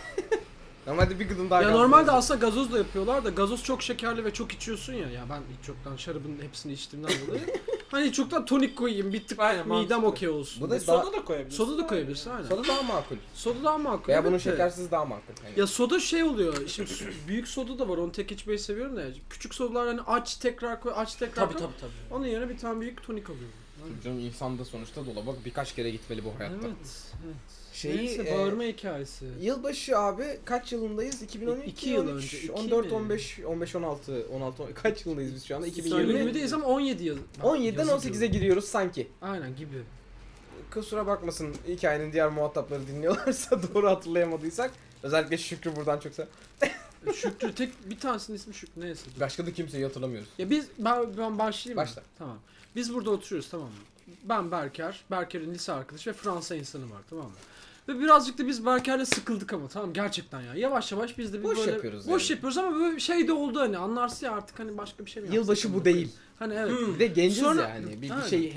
Ama hadi bir gıdım daha
Ya
gazlı.
normalde aslında gazoz da yapıyorlar da gazoz çok şekerli ve çok içiyorsun ya. Ya ben hiç çoktan şarabın hepsini içtiğimden dolayı.
<laughs>
hani hiç çoktan tonik koyayım bir tık
Aynen,
midem
mantıklı.
okey olsun.
Bu
Ve
da
soda da koyabilirsin.
Soda da koyabilirsin aynen.
Soda daha makul.
Soda daha makul.
Veya bunun
evet de.
şekersiz daha makul. Hani.
Ya soda şey oluyor. Şimdi su- büyük soda da var. Onu tek içmeyi seviyorum da. Küçük sodalar hani aç tekrar koy, aç tekrar
Tabii
koy.
tabii tabii.
Onun yerine bir tane büyük tonik alıyorum.
Tabii canım insan da sonuçta dolaba birkaç kere gitmeli bu hayatta.
Evet, evet.
Şeyi,
Neyse,
e,
bağırma hikayesi.
Yılbaşı abi kaç yılındayız? 2012,
İki yıl
13,
önce, iki
14,
mi?
15, 15, 16, 16, 16 kaç yılındayız biz şu anda? 2020.
2020'deyiz ama 17 yıl.
17'den
yazı
18'e
diyorum.
giriyoruz sanki.
Aynen gibi.
Kusura bakmasın hikayenin diğer muhatapları dinliyorlarsa <laughs> doğru hatırlayamadıysak. Özellikle Şükrü buradan çoksa.
Şükrü tek bir tanesinin ismi Şükrü neyse. dur.
Başka da kimseyi hatırlamıyoruz.
Ya biz ben, ben başlayayım mı?
Başla.
Tamam. Biz burada oturuyoruz tamam mı? Ben Berker, Berker'in lise arkadaşı ve Fransa insanı var tamam mı? Ve birazcık da biz Berker'le sıkıldık ama tamam gerçekten ya. Yavaş yavaş biz de bir
Boş
böyle
yapıyoruz
boş
yani.
yapıyoruz ama böyle şey de oldu hani anlarsın ya artık hani başka bir şey mi yapsak?
Yılbaşı bu değil.
Hani evet.
Hmm.
Bir de genciz
Sonra-
yani. Bir, bir
Aynen.
şeyi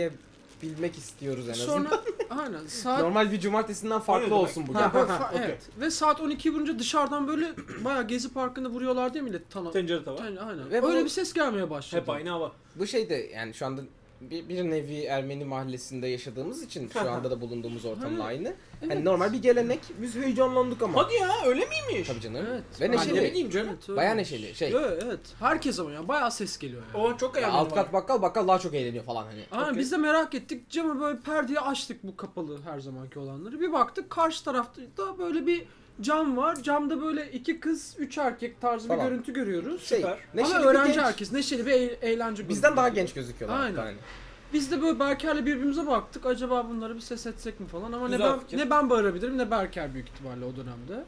hedefleyebilmek istiyoruz en azından.
<laughs> Sonra aynen saat
Normal bir cumartesinden farklı
Öyle demek.
olsun bu.
Ha, böyle fa-
okey.
evet. Ve saat 12 vurunca dışarıdan böyle bayağı Gezi Parkı'nda vuruyorlar diye millet tana.
Şey
Tencere tava.
Aynen. aynen.
Ve bu-
Öyle bir ses gelmeye başladı.
Hep aynı hava.
Bu şey de yani şu anda bir, bir nevi Ermeni mahallesinde yaşadığımız için şu anda da bulunduğumuz ortamla
Ha,
aynı.
evet.
Hani normal bir gelenek. Biz heyecanlandık ama.
Hadi ya öyle miymiş?
Tabii canım.
Evet.
Ve
Ben ne
neşeli.
bileyim canım.
Evet, öyle.
Bayağı neşeli. Şey.
Yo, evet. Herkes ama ya bayağı ses geliyor yani.
O çok
ya
önemli.
alt kat bakkal bakkal daha çok eğleniyor falan hani.
Aynen
Okey.
biz de merak ettik. Camı böyle perdeye açtık bu kapalı her zamanki olanları. Bir baktık karşı tarafta da böyle bir cam var. Camda böyle iki kız, üç erkek tarzı
Tamam.
bir görüntü görüyoruz.
Şey,
Süper.
neşeli
Ama
bir
öğrenci
genç.
herkes. Neşeli bir eğ- eğlence grubu.
Bizden daha genç gözüküyorlar.
Aynen.
Yani.
Biz de böyle Berker'le birbirimize baktık. Acaba bunlara bir ses etsek mi falan ama
Güzel
ne ben
fikir.
ne ben bağırabilirim ne Berker büyük ihtimalle o dönemde.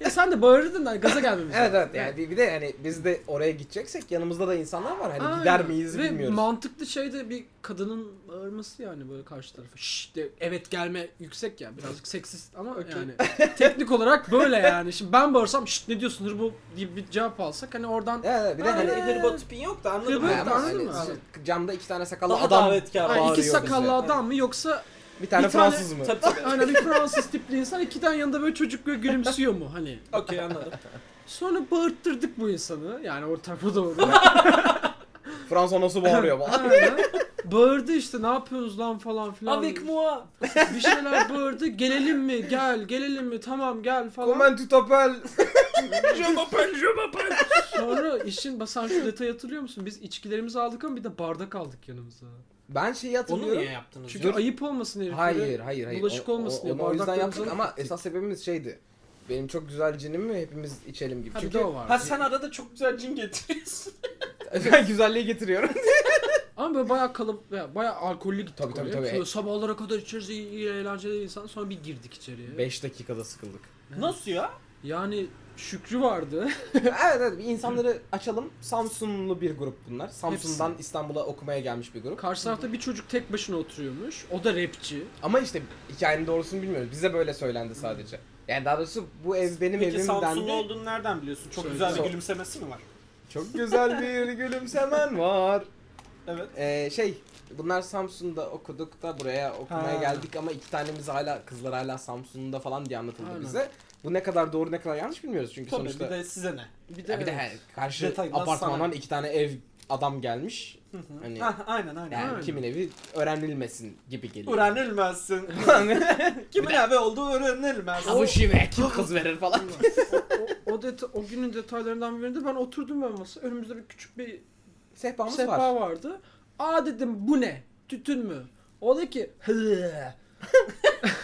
Ya sen de bağırırdın da gaza gelmemiş.
Hmm. Evet evet yani bir, bir de yani biz de oraya gideceksek yanımızda da insanlar var. Hani gider miyiz
Ve
bilmiyoruz.
mantıklı şey de bir kadının bağırması yani böyle karşı tarafa. Şşş de evet gelme yüksek ya birazcık seksist ama
Okey.
yani teknik olarak böyle yani. Şimdi ben bağırsam şşt ne diyorsun bu diye bir cevap alsak hani oradan
Evet evet bir de
Ha,
hani
evet.
Hani hırba tipin yok da anladım.
Hırba
ben.
yok
Ama
da anladın
hani
mı?
şu
Evet.
Camda iki tane sakallı
Daha
adam,
davetkar
Ha,
bağırıyor
iki
bize.
sakallı adam mı yoksa
bir tane
bir tane-
Fransız mı?
Tabii tabii.
hani bir Fransız tipli insan iki tane yanında böyle çocuk böyle gülümsüyor mu hani?
Okey <laughs> anladım.
Sonra bağırttırdık bu insanı yani o tarafa doğru.
Fransa nasıl
<laughs>
bağırıyor falan.
Aynen. Bağırdı işte ne yapıyorsunuz lan falan filan.
Avec moi.
bir şeyler bağırdı. Gelelim mi? Gel, gelelim mi? Tamam gel falan.
Comment tu t'appelles?
Sonra işin basan şu detayı hatırlıyor musun? Biz içkilerimizi aldık ama bir de bardak aldık yanımıza.
Ben şeyi
Onu
hatırlıyorum.
niye yaptınız?
Çünkü
Dur.
ayıp olmasın heriflere.
Hayır hayır hayır.
Bulaşık olmasın diye
ya. O yüzden
bardaklarımızı
yaptık ama
aldık.
esas sebebimiz şeydi. Benim çok güzel cinim mi hepimiz içelim gibi.
Ha, bir
Çünkü
de o var.
Ha sen arada çok güzel cin <laughs> getiriyorsun.
<laughs> ben güzelliği <laughs> getiriyorum.
Ama böyle bayağı kalıp, ya bayağı alkollü gittik
Tabii, tabii,
oraya.
tabii.
Sonra sabahlara kadar içeriz iyi, iyi eğlenceli insan. Sonra bir girdik içeriye.
5 dakikada sıkıldık.
Nasıl ya?
Yani Şükrü vardı. <laughs>
evet evet bir insanları açalım. Samsunlu bir grup bunlar. Samsun'dan İstanbul'a okumaya gelmiş bir grup.
Karşı tarafta bir çocuk tek başına oturuyormuş. O da rapçi.
Ama işte hikayenin doğrusunu bilmiyoruz. Bize böyle söylendi sadece. Yani daha doğrusu bu ev benim
Peki
evim dendi.
Samsunlu olduğunu nereden biliyorsun? Çok
Söyle.
güzel
Sor.
bir gülümsemesi mi var?
Çok güzel bir gülümsemen var.
Evet.
Ee, şey bunlar Samsun'da okuduk da buraya okumaya
Ha.
geldik ama iki tanemiz hala kızlar hala Samsun'da falan diye anlatıldı
Aynen.
bize. Bu ne kadar doğru ne kadar yanlış bilmiyoruz çünkü
Tabii
sonuçta.
bir de size ne?
Bir de,
Ya bir de
evet.
he- karşı
Detaylı,
apartmandan
hastane.
iki tane ev adam gelmiş.
Hı hı.
Hani-
Ha, aynen aynen.
Yani
Aynen.
kimin evi öğrenilmesin gibi geliyor.
Öğrenilmezsin. <laughs> Kimin abi olduğu öğrenilmez.
Bu şive kim kız verir falan.
o, o, deta- o günün detaylarından birinde ben oturdum ben masa. Önümüzde bir küçük bir
Sehpamız
sehpa
var.
vardı. Aa dedim bu ne? Tütün mü? O da ki "Hı." <laughs>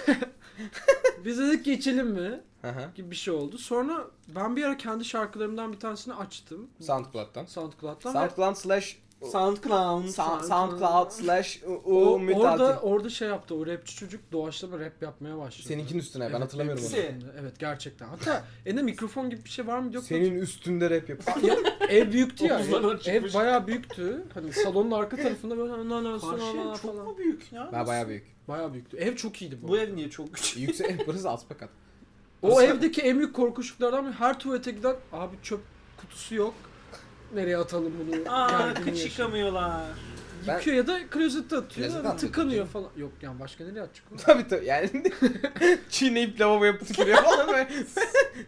Biz dedik ki içelim mi?
Hı hı.
Gibi bir şey oldu. Sonra ben bir ara kendi şarkılarımdan bir tanesini açtım.
SoundCloud'dan.
SoundCloud'dan. ve
SoundCloud slash
SoundCloud.
Sound-
SoundCloud.
SoundCloud slash
o,
u
orada,
mutati.
orada şey yaptı o rapçi çocuk doğaçlama rap yapmaya başladı.
Seninkinin üstüne ben
Evet,
hatırlamıyorum
benim
onu.
hepsi.
üstümde. Evet gerçekten. Hatta elinde mikrofon gibi bir şey var mı yok mu?
Senin üstünde rap yapıyor.
Ev büyüktü ya.
Omuzlarına
Ev, ev
çıkmış.
bayağı büyüktü. Hani salonun arka tarafında böyle ananas
Karşıya
falan
çok
falan.
mu büyük ya?
Ben bayağı büyük. E,
Bayağı büyüktü. Ev çok iyiydi bu.
Bu ev niye çok küçük?
Yüksek <laughs> burası az fakat.
O evdeki en büyük korkuşluklardan biri her tuvalete giden abi çöp kutusu yok. Nereye atalım bunu?
Aa
Gerginliği
kıç
yaşıyor.
yıkamıyorlar.
Ben-
Yıkıyor ya da klozete atıyor.
Klozete
yani
atıyor,
tıkanıyor falan. Yok yani başka nereye atacak?
Tabii tabii yani <laughs> çiğneyip lavaboya tükürüyor falan böyle.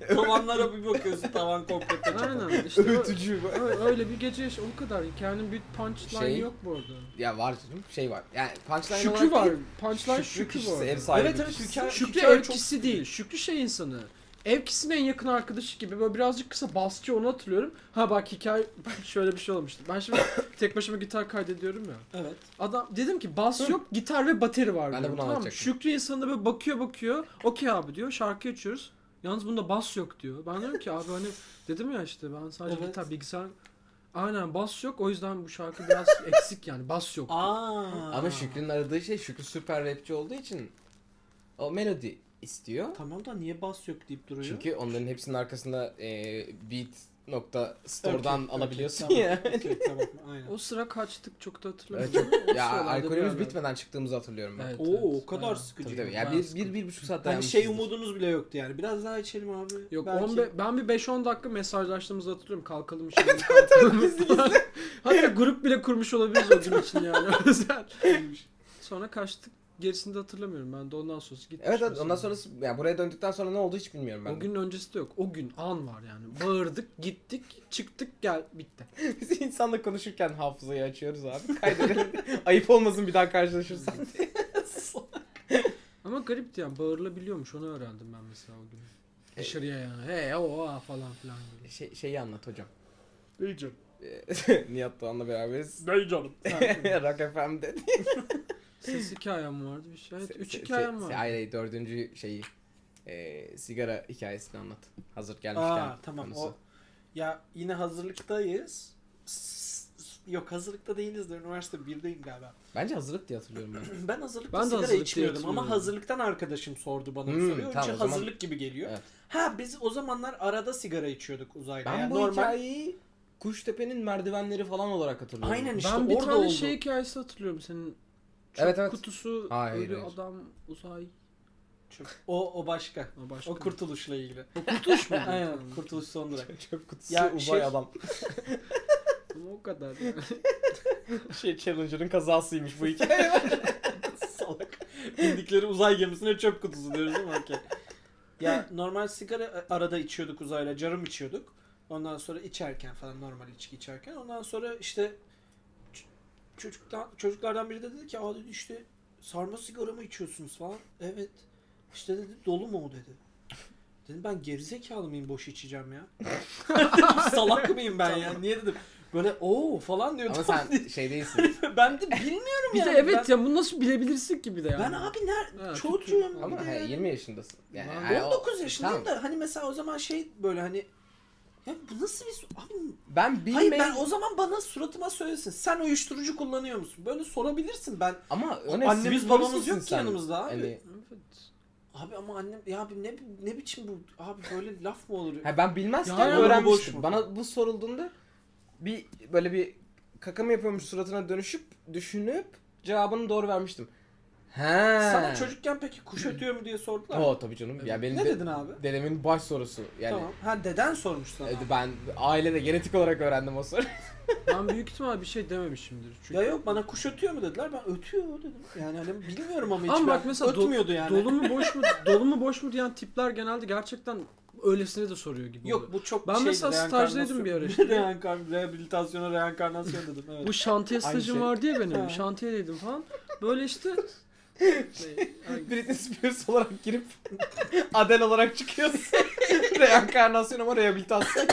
Tavanlara bir bakıyorsun tavan komple kaçak.
Aynen işte o-
<laughs> Öğütücü bu.
ö- öyle bir gece yaş o kadar. Hikayenin bir punchline
Şey-
yok bu arada.
Ya var canım şey var. Yani punchline
Şükrü
olarak
var.
değil,
Punchline
Şükrü
Şükrü,
kişisi,
var.
ev sahibi
Evet evet
kişisi.
hikaye,
Şükrü
hikaye
ev kişisi değil. Şükrü şey insanı. Ev kişisinin en yakın arkadaşı gibi böyle birazcık kısa basçı onu hatırlıyorum. Ha bak hikaye <laughs> şöyle bir şey olmuştu. Ben şimdi tek başıma gitar kaydediyorum ya.
Evet.
Adam dedim ki bas yok, gitar ve bateri var.
Ben de
diyorum,
bunu
tamam mı?
anlatacaktım.
Şükrü insanına böyle bakıyor bakıyor. Okey abi diyor. Şarkı açıyoruz. Yalnız bunda bas yok diyor. Ben diyorum ki abi hani dedim ya işte ben sadece
Evet.
gitar bilgisayar Aynen bas yok. O yüzden bu şarkı biraz <laughs> eksik yani. Bas yok.
Aa.
Ama Şükrü'nün aradığı şey Şükrü süper rapçi olduğu için o melodi istiyor.
Tamam da niye bas yok deyip duruyor?
Çünkü <laughs> onların hepsinin arkasında e, beat nokta store'dan
Okey,
alabiliyorsun <laughs>
okey,
ya.
Tamam, okey, tamam, aynen.
O sıra kaçtık çok da
Evet,
hatırlamıyorum.
çok,
O
ya
sıralarda
alkolümüz
bir ara-
bitmeden
<laughs>
çıktığımızı hatırlıyorum ben.
Evet,
Oo
evet,
o kadar
bayağı.
sıkıcı.
Tabii tabii.
ya.
Yani bir, bir, bir buçuk saat
Hani şey
dayanmışızdır.
umudunuz bile yoktu yani. Biraz daha içelim abi.
Yok
Belki-
15 ben bir 5-10 dakika mesajlaştığımızı hatırlıyorum. Kalkalım
<laughs>
işte. evet evet <laughs> gizli gizli. Hatta grup bile kurmuş olabiliriz o gün için yani.
<laughs>
Özel. Sonra kaçtık. Gerisini de hatırlamıyorum ben de ondan sonrası gitmiş.
Evet evet
mesela.
ondan sonrası ya buraya döndükten sonra ne oldu hiç bilmiyorum ben.
O
de.
günün öncesi de yok. O gün an var yani. Bağırdık, gittik, çıktık, gel bitti.
<laughs> Biz insanla konuşurken hafızayı açıyoruz abi. Kaydedelim. Ayıp olmasın bir daha karşılaşırsak.
Ama garipti yani bağırılabiliyormuş onu öğrendim ben mesela o gün. Dışarıya yani. Hey o a falan filan böyle.
şey, şeyi anlat <laughs> hocam.
İyi canım.
Ee, Nihat
<laughs>
Doğan'la beraberiz.
İyi canım.
Rock FM'de.
Ses hikayem vardı bir şey. Evet,
Se-
üç
se-
hikayem
se-
var.
Hayır hayır dördüncü şeyi. Ee, sigara hikayesini anlat. Hazır gelmişken.
Aa tamam
konusu.
o. Ya yine hazırlıktayız. S- s- Yok hazırlıkta değiliz de üniversite 1'deyim galiba.
Bence hazırlık diye hatırlıyorum ben.
Ben hazırlıkta
Ben de
sigara
hazırlık
içmiyordum
diye
ama
hatırlıyorum.
hazırlıktan arkadaşım sordu bana bu
Hmm,
soruyu. Önce
tamam, o zaman-
hazırlık gibi geliyor.
Evet.
Ha biz o zamanlar arada sigara içiyorduk uzayda.
Ben
Yani
bu
normal...
hikayeyi Kuştepe'nin merdivenleri falan olarak hatırlıyorum.
Aynen işte
ben bir
orada
tane
oldu.
şey hikayesi hatırlıyorum senin. Çöp
Evet, evet.
kutusu,
Hayır,
ölü
hayır.
adam, uzay.
O, o başka.
Ha, başka
O kurtuluşla ilgili.
O kurtuluş mu?
<laughs> Aynen kurtuluş son durak.
<laughs> Çöp kutusu
Ya
uzay
şey-
adam.
Ama o
<laughs>
kadar.
Şey Challenger'ın kazasıymış bu hikaye.
Salak. Bindikleri uzay gemisine çöp kutusu diyoruz ama okey. Ya normal sigara e, arada içiyorduk uzayla. Carım içiyorduk. Ondan sonra içerken falan normal içki içerken. Ondan sonra işte ç- çocuktan çocuklardan biri de dedi ki Aa dedi işte sarma sigara mı içiyorsunuz falan. Evet. İşte dedi dolu mu o dedi. Dedim ben gerizekalı mıyım boş içeceğim ya. <laughs> Salak mıyım ben ya? Niye dedim. Böyle o falan diyordum.
Ama sen şey değilsin.
<laughs> ben de bilmiyorum
bir de
yani.
evet
Ben-
ya bunu nasıl bilebilirsin ki bir de yani.
ben abi nerede?
Ha,
çocuğum.
küçük.
bir
Ama
de
he, 20 yaşındasın. Yani,
Lan,
hayır, o-
19 yaşındayım
Tamam.
da hani mesela o zaman şey böyle hani ya bu nasıl bir su- abi
Ben
hayır
bilmeyi...
ben o zaman bana suratıma söylesin. Sen uyuşturucu kullanıyor musun? Böyle sorabilirsin ben.
Ama öyle
Annemiz babamız yok ki yanımızda abi.
Hani...
Evet.
Abi ama annem ya abi ne ne biçim bu abi böyle laf mı olur?
Ha, ben bilmezken
Ya, ya,
boş
öğrenmiştim.
mu?
Bana bu sorulduğunda bir böyle bir kakamı yapıyormuş suratına dönüşüp düşünüp cevabını doğru vermiştim. He.
Sana çocukken peki
<clears throat>
kuş ötüyor mu diye sordular. mı?
Oo tabii canım. Ya benim
Ne
de-
dedin abi?
Dedemin baş sorusu. Yani
Tamam. Ha deden sormuş sana.
e, ben ailede genetik olarak öğrendim o soruyu. <laughs>
Ben büyük ihtimal bir şey dememişimdir. Çünkü.
Ya yok bana kuş ötüyor mu dediler. Ben ötüyor dedim. Yani hani bilmiyorum ama hiç.
Ama bak
ben-
mesela do-
ötmüyordu yani.
Dolu mu boş mu dolu mu boş mu diyen tipler genelde gerçekten öylesine de soruyor gibi oluyor.
Yok bu çok
Ben
şeydi,
mesela stajdaydım
reenkarnasyon-
bir ara
<laughs>
işte.
Reenkar- rehabilitasyona reenkarnasyon dedim. Evet.
Bu şantiye
Aynı
stajım
şey.
var diye benim.
Ha.
Şantiyedeydim falan. Böyle
<laughs>
işte Şey,
Britney Spears olarak girip <laughs> Adele olarak çıkıyorsun. <laughs> Reenkarnasyon ama rehabilitasyon.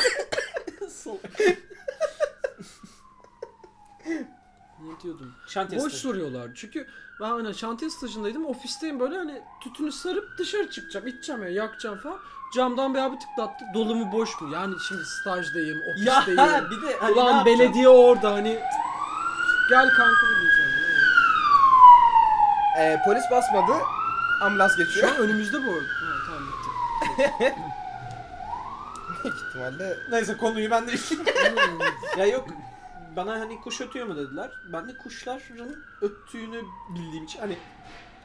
ne diyordum?
Şantiye
Boş
stajı.
soruyorlar. Çünkü ben hani şantiye stajındaydım. Ofisteyim böyle hani tütünü sarıp dışarı çıkacağım. içeceğim ya yakacağım falan. Camdan bir abi tıklattı. Dolu mu boş mu? Yani şimdi stajdayım,
Ya
ofisteyim.
ha, bir de <laughs> hani ne
Ulan
yapacağım?
belediye orada hani. Gel kanka diyeceğim.
Ee, polis basmadı. Ambulans
Şu
<laughs>
geçiyor.
an önümüzde bu arada. Ha, tamam bitti.
Büyük ihtimalle
Neyse
<laughs>
konuyu ben de ya yok bana hani kuş ötüyor mu dediler. Ben de kuşların öttüğünü bildiğim için hani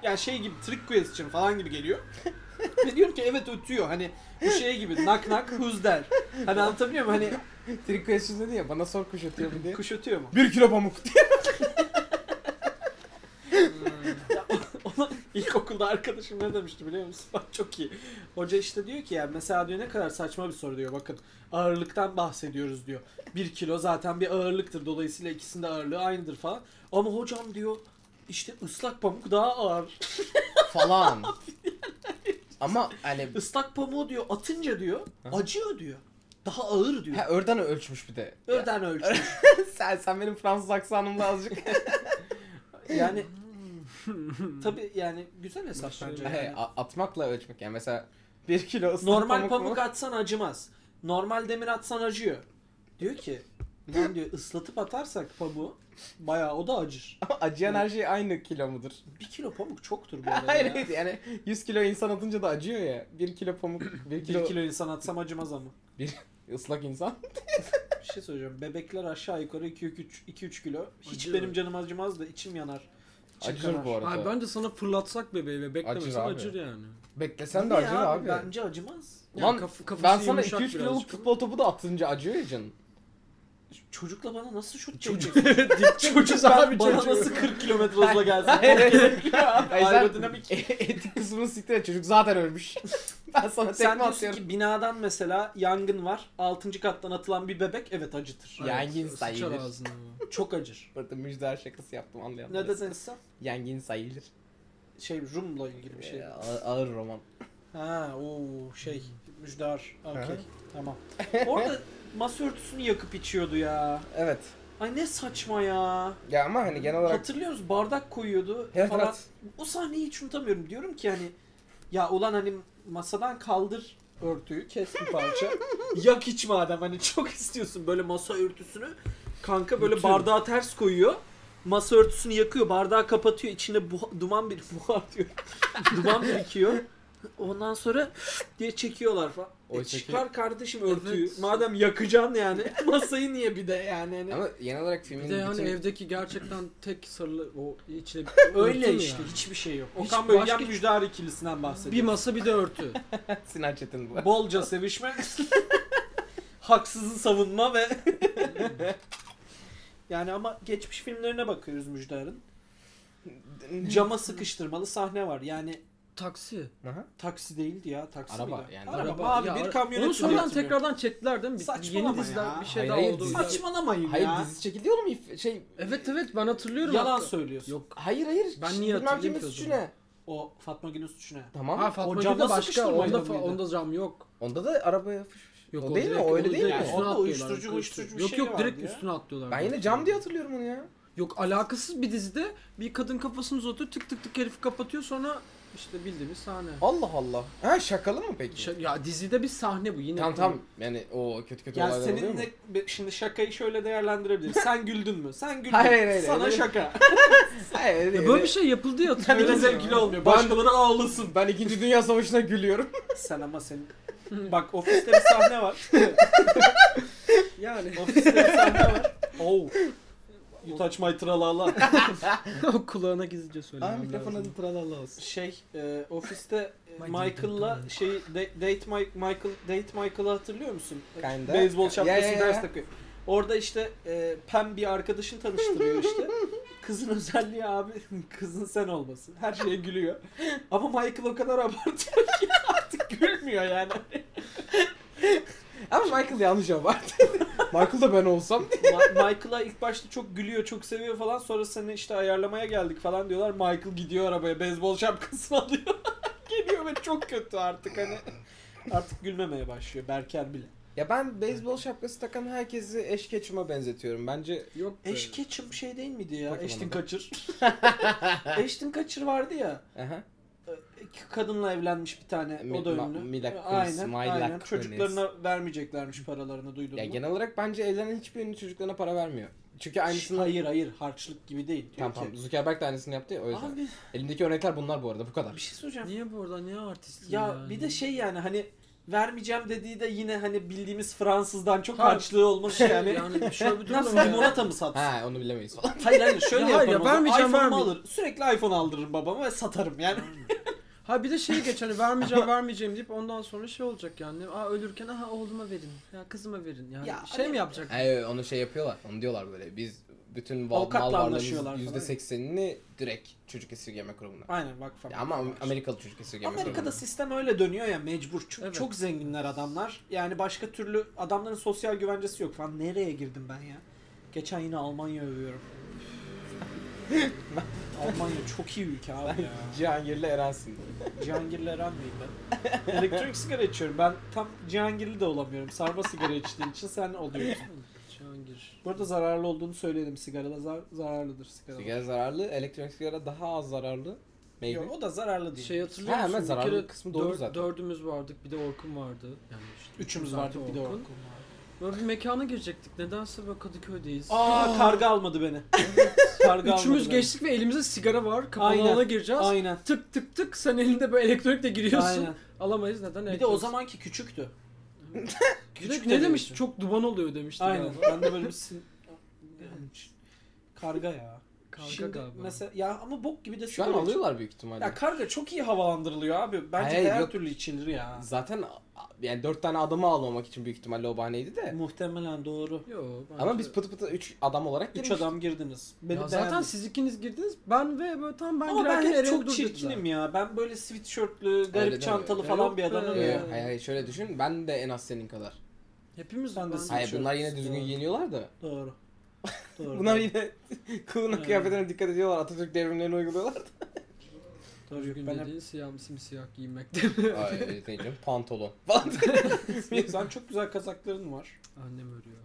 yani şey gibi trick question falan gibi geliyor. <laughs> Ve diyorum ki evet ötüyor hani bu şey gibi nak nak who's there. Hani anlatabiliyor muyum hani
Triko yaşın dedi ya bana sor kuş atıyor mu diye.
kuş ötüyor mu?
Bir kilo pamuk diye.
Ona <laughs> ilkokulda arkadaşım ne demişti biliyor musun? Bak çok iyi. Hoca işte diyor ki ya mesela diyor ne kadar saçma bir soru diyor bakın. Ağırlıktan bahsediyoruz diyor. Bir kilo zaten bir ağırlıktır. Dolayısıyla ikisinin de ağırlığı aynıdır falan. Ama hocam diyor işte ıslak pamuk daha ağır.
<laughs> <laughs> Falan. Ama hani
Islak pamuğu diyor atınca diyor acıyor diyor. Daha ağır diyor.
ha, örden ölçmüş bir de.
Öden ölçmüş.
<laughs> sen, sen benim Fransız aksanımla azıcık.
Yani tabi yani güzel hesap bence.
<laughs> He,
yani.
a- atmakla ölçmek yani mesela bir kilo ıslak
Normal
pamuk,
pamuk
mu?
atsan acımaz. Normal demir atsan acıyor. Diyor ki ben diyor ıslatıp atarsak pamuğu bayağı o da acır.
<laughs> Ama acıyan her şey aynı kilo <laughs> mudur?
Bir kilo pamuk çoktur bu arada.
Hayır
ya.
hayır yani 100 kilo insan atınca da acıyor ya. Bir kilo pamuk, bir kilo,
Bir kilo insan atsam acımaz ama.
ıslak insan.
Bir şey söyleyeceğim. Bebekler aşağı yukarı 2-3 kilo. Hiç
Acıyor.
benim canım acımaz da içim yanar. İçim
Acır
kanar.
bu arada.
Abi bence sana fırlatsak bebeği ve
Acır
beklemesen
abi.
acır, yani.
Beklesen de
Niye
acır abi.
Bence acımaz.
Ya
Lan
kaf- kafası
ben sana
yumuşak
2-3 kiloluk
birazcık.
futbol topu da atınca acıyor ya canım.
Çocukla bana nasıl şut
Çocuk.
<laughs>
çekecek?
Çocuk
Ben-
abi
Bana
çocuk.
<laughs> nasıl 40 kilometre hızla
Hayır,
gelsin?
hayır. Hayır, sen
Aerodinamik.
e- <laughs> Etik kısmını siktir et çocuk zaten ölmüş. ben sana
Sen
tekme
diyorsun
atıyorum.
ki binadan mesela yangın var. 6. kattan atılan bir bebek evet acıtır.
Ya. Yengin sayılır.
Sıçar ağzına.
<laughs> Çok acır.
Burada müjder şakası yaptım anlayan.
Ne desen sen?
Yengin sayılır.
Şey Rum'la ilgili bir şey.
Ee, ağır, ağır roman.
Ha o şey Müjdar.
Aha.
Okey. Tamam.
<laughs>
Orada masa örtüsünü yakıp içiyordu ya.
Evet.
Ay ne saçma ya.
Ya ama hani genel olarak...
Hatırlıyoruz bardak koyuyordu
Evet,
falan.
evet.
O sahneyi hiç unutamıyorum. Diyorum ki hani ya ulan hani masadan kaldır örtüyü kes bir parça. Yak iç madem hani çok istiyorsun böyle masa örtüsünü. Kanka böyle
Bütün.
bardağı ters koyuyor. Masa örtüsünü yakıyor. Bardağı kapatıyor. içine buha- duman bir buhar diyor. <laughs> duman birikiyor. Ondan sonra diye çekiyorlar falan. E
Oysa ki-
çıkar kardeşim örtüyü.
Evet.
Madem yakacaksın yani. <laughs> Masayı niye bir de yani. Hani.
Ama genel olarak
Bir
filmin
de hani- yani
bütün...
evdeki gerçekten tek sarılı o içine örtü
<laughs> Öyle
mü
işte
yani?
hiçbir şey yok.
Hiç
Okan Bölgen
başka-
Müjdar ikilisinden
Bir
bahsediyor.
masa bir de örtü.
<laughs> Sinan Çetin bu.
Bolca <laughs> sevişme. Haksızı savunma ve <laughs> Yani ama geçmiş filmlerine bakıyoruz
<laughs>
Müjdar'ın. Cama sıkıştırmalı sahne var. Yani
Taksi.
Aha.
taksi değildi ya. Taksi
Araba
miydi?
yani.
Araba. Abi
ya
bir
ara-
kamyonet.
Onu sonradan
üretiyor.
tekrardan çektiler değil mi? Bir-
Saçmalama
Yeni diziler
ya.
bir şey
Hayır,
daha
hayır,
oldu.
dizi-
Saçmalamayın
Hayır
ya.
dizi çekildi oğlum if- şey
Evet evet ben hatırlıyorum.
Yalan
hatta.
söylüyorsun.
Yok.
hayır hayır.
Ben
Ş-
niye
bilmem kimin
hatırlayayım ki o
suçu
zaman?
ne?
O Fatma Gül'ün suçu ne?
Tamam.
Ha
O
Fatma Gül
camla
de başka.
sıkıştırmaydı
Onda,
mıydı?
fa- onda cam yok.
Onda da arabaya yapışmış.
Yok
o değil mi?
direkt-
O öyle değil
direkt
mi?
üstüne-
üstüne
Onda
atlıyorlar,
uyuşturucu,
üstüne.
uyuşturucu bir
Yok
şey
yok
vardı
direkt
ya.
üstüne atlıyorlar.
Ben yine cam diye hatırlıyorum onu ya.
Yok alakasız bir dizide bir kadın kafasını uzatıyor tık tık tık herifi kapatıyor sonra işte bildiğimiz sahne.
Allah Allah. Ha şakalı mı peki?
Ş- ya dizide bir sahne bu yine.
Tamam tamam. Yani o kötü kötü
Yani
olaylar oluyor mu?
seninle şimdi şakayı şöyle değerlendirebiliriz. Sen güldün mü? Sen güldün.
Hayır, hayır, hayır,
Sana
hayır.
şaka.
Hayır, öyle-
Ya
öyle-
böyle bir şey yapıldı
<laughs>
ya hatırlıyorum.
Öyle
Bilmiyorum.
zevkli olmuyor.
Ben-
Başkaları ağlasın.
Ben 2. Dünya Savaşı'na gülüyorum.
Sen ama senin... Bak ofiste bir sahne <laughs> var.
yani.
Ofiste bir sahne var. Oh. You touch my tralala.
o <laughs> kulağına gizlice söylemem
Aa mikrofon adı tralala olsun.
Şey, e, ofiste e,
My
Michael'la
dear
şey de- date Mike Michael date Michael'ı hatırlıyor musun?
Kinda.
Beyzbol
Ya,
şapkasını
ya, ya.
ters takıyor. Orada işte e, Pam bir arkadaşını tanıştırıyor işte. Kızın özelliği abi kızın sen olmasın. Her şeye gülüyor. Ama Michael o kadar abartıyor ki artık gülmüyor yani.
Ama Michael yanlış abarttı. <laughs> Michael da ben olsam. <laughs>
Ma- Michael'a ilk başta çok gülüyor, çok seviyor falan. Sonra seni işte ayarlamaya geldik falan diyorlar. Michael gidiyor arabaya, beyzbol şapkasını <laughs> alıyor. Geliyor ve çok kötü artık hani. Artık gülmemeye başlıyor Berker bile.
Ya ben beyzbol şapkası takan herkesi eş keçime benzetiyorum. Bence
Yok.
Ash Ketchum şey değil miydi ya?
Bakın
Ashton
ona da. <laughs>
Kaçır. Ashton Kaçır vardı ya.
Aha.
İki kadınla evlenmiş bir tane. o da
Mi-
ünlü.
Ma- Mila Kunis,
aynen,
Mila
aynen.
Kunis.
Çocuklarına vermeyeceklermiş paralarını duydun
Ya
mu?
genel olarak bence evlenen hiçbir ünlü çocuklarına para vermiyor. Çünkü
Şş,
aynısını...
Hayır hayır harçlık gibi değil. Diyor
Tamam
ki,
tamam. Zuckerberg de aynısını yaptı ya o yüzden.
Abi
Elimdeki örnekler bunlar bu arada. Bu
bir
kadar.
şey soracağım.
Niye bu arada niye artist?
Ya bir de şey yani hani vermeyeceğim dediği de yine hani bildiğimiz Fransızdan çok
Hayır. <laughs>
harçlığı olması yani.
yani
<laughs>
şöyle bir durum
Nasıl
var ya.
limonata mı satsın?
Ha onu bilemeyiz falan.
Hayır hayır şöyle
Ya hayır ya,
yaparım o zaman.
vermeyeceğim,
iPhone'umu
vermeyeceğim.
alır. Sürekli iPhone aldırırım babama ve satarım yani.
Ha bir de şey geç hani
<laughs>
vermeyeceğim vermeyeceğim deyip ondan sonra şey olacak yani. Aa ölürken aha oğluma verin. Ya kızıma verin. Yani
Ya
şey
hani-
mi yapacak?
Hayır onu şey yapıyorlar. Onu diyorlar böyle. Biz bütün val,
Avukatla
mal
anlaşıyorlar
varlığımızın
falan.
yüzde seksenini direkt çocuk esirgeme kurumuna.
Aynen bak falan.
Ya ama Am- Amerikalı çocuk esirgeme
Amerika'da
kurumuna.
sistem öyle dönüyor ya mecbur. Çünkü
Evet.
çok zenginler adamlar. Yani başka türlü adamların sosyal güvencesi yok falan. Nereye girdim ben ya? Geçen yine
<laughs>
Almanya övüyorum. Almanya çok iyi ülke abi ya.
Cihangir'le Erensin.
Cihangirli Eren miyim ben? Elektronik sigara içiyorum. Ben tam Cihangirli de olamıyorum. Sarma sigara içtiğin için sen oluyorsun.
Cihangir.
Burada zararlı olduğunu söyleyelim sigara da zar- zararlıdır sigara.
Sigara zararlı. Elektronik sigara daha az zararlı. Maybe.
Yok, o da zararlı değil.
Şey hatırlıyor
Ha,
musun?
hemen
Bir
zararlı
kere
kısmı doğru
dör-
zaten.
Dördümüz vardık bir de Orkun vardı. Yani işte
Üçümüz
zaten
vardı bir de Orkun. vardı.
Böyle bir mekana girecektik. Nedense böyle Kadıköy'deyiz.
Aa karga almadı beni. karga
Üçümüz
almadı beni.
geçtik ve elimizde sigara var. Kapalı
Aynen.
alana gireceğiz.
Aynen.
Tık tık tık sen elinde böyle elektronikle giriyorsun.
Aynen.
Alamayız neden?
Bir de
elektronik?
o
<laughs>
zamanki küçüktü.
Bir de
Küçük
ne
de
demiş?
değildi.
Çok duman oluyor demişti.
Aynen.
galiba.
ben de böyle bir sin- Yani ç- karga ya.
Kanka
Şimdi
galiba.
mesela ya ama bok gibi de
Şu an
sigara iç-
alıyorlar büyük ihtimalle.
Ya karga çok iyi havalandırılıyor abi. Bence
Hayır,
de her
yok.
türlü içilir ya.
Zaten a- yani dört tane adamı almamak için büyük ihtimalle o bahaneydi de.
Muhtemelen doğru.
Yo, bence-
Ama biz pıtı pıtı üç adam olarak
Üç
girmiştik.
adam girdiniz. Beni
ya zaten
beğendiniz.
siz ikiniz girdiniz. Ben ve böyle tam ben
Ama ben
girerken
hep
Erol
çok
durdu
çirkinim
zaten.
ya. Ben böyle sweatshirtlü, garip
deme.
çantalı
Ya
falan
yok
bir adamım
be.
Yo, yo,
ya.
Ee,
hayır hayır şöyle düşün. Ben de en az senin kadar.
Hepimiz
Ben de
ben
siz-
Hayır bunlar yine düzgün
Doğru.
giyiniyorlar da. <laughs>
Doğru. Doğru.
Bunlar yine <laughs> kılına
Yani.
kıyafetlerine dikkat ediyorlar. Atatürk devrimlerini uyguluyorlar.
Doğru. Yok,
Düzgün
Ben hep...
dediğin siyah simsiyah giymek
Ay <laughs> öyle değil canım. Pantolon falan.
<laughs> Sen çok güzel kazakların var.
<laughs> Annem ölüyor.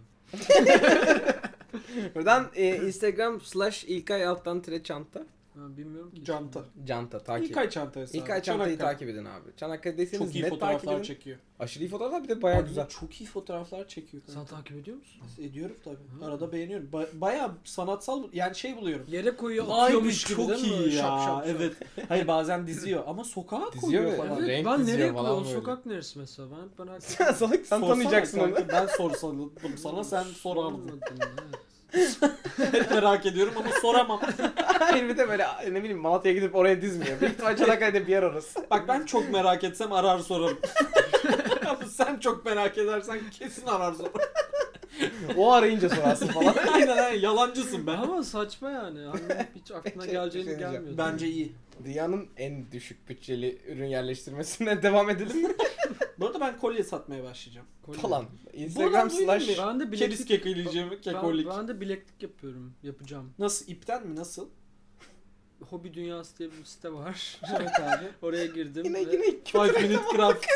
Buradan e, Instagram slash İlkay alttan tire çanta.
Ha, Ha, bilmiyorum ki.
Canta.
Canta takip.
İlkay Çantayı sağ.
İlkay Çanta'yı
Çanakkale.
takip edin abi. Çanakkale'deyseniz
Çok iyi
net takip edin.
fotoğraflar çekiyor.
Aşırı iyi fotoğraflar bir de bayağı
Abi
güzel. <laughs>
Çok iyi fotoğraflar çekiyor.
Sen takip ediyor musun?
Ediyorum tabii.
Hı.
Arada beğeniyorum. Ba- bayağı sanatsal yani şey buluyorum.
Yere koyuyor
Vay be,
atıyormuş gibi
çok
değil mi?
iyi ya.
Şap, şap, şap.
Evet. Hayır bazen diziyor ama sokağa
Diziyor
koyuyor
ve-
falan.
Evet,
Renk
ben
diziyor
nereye
falan
koyuyorum?
böyle.
Sokak neresi mesela? Ben
<laughs>
ben merak
Sen salak sen
Sorsana
tanıyacaksın onu.
kanka, Ben sorsaladım sana sen sorardın.
Sormadım, evet.
Hep merak ediyorum ama soramam.
Hayır bir de böyle ne bileyim Malatya'ya gidip oraya dizmiyor. Büyük ihtimal Çanakkale'de bir yer orası.
Bak ben çok merak etsem arar sorarım. Ama <laughs> sen çok merak edersen kesin arar sorarım.
O arayınca sorarsın falan.
aynen aynen yalancısın ben.
Ama saçma yani. Hani hiç
<laughs>
aklına
Şey-
geleceğini
şey diyeceğim.
gelmiyor.
Bence iyi.
Dünyanın en düşük bütçeli ürün yerleştirmesine devam edelim mi?
Bu arada ben kolye satmaya başlayacağım.
Kolye.
falan.
Buradan
Instagram
duydun
slash
Ben de
Keriz
bileklik,
kekeleyeceğimi
ben,
kekolik.
ben de bileklik yapıyorum. Yapacağım.
Nasıl ipten mi nasıl?
Hobi Dünyası diye bir site
<laughs>
var.
Evet abi.
Oraya girdim.
yine
ve-
yine
Five minute craft.
<laughs>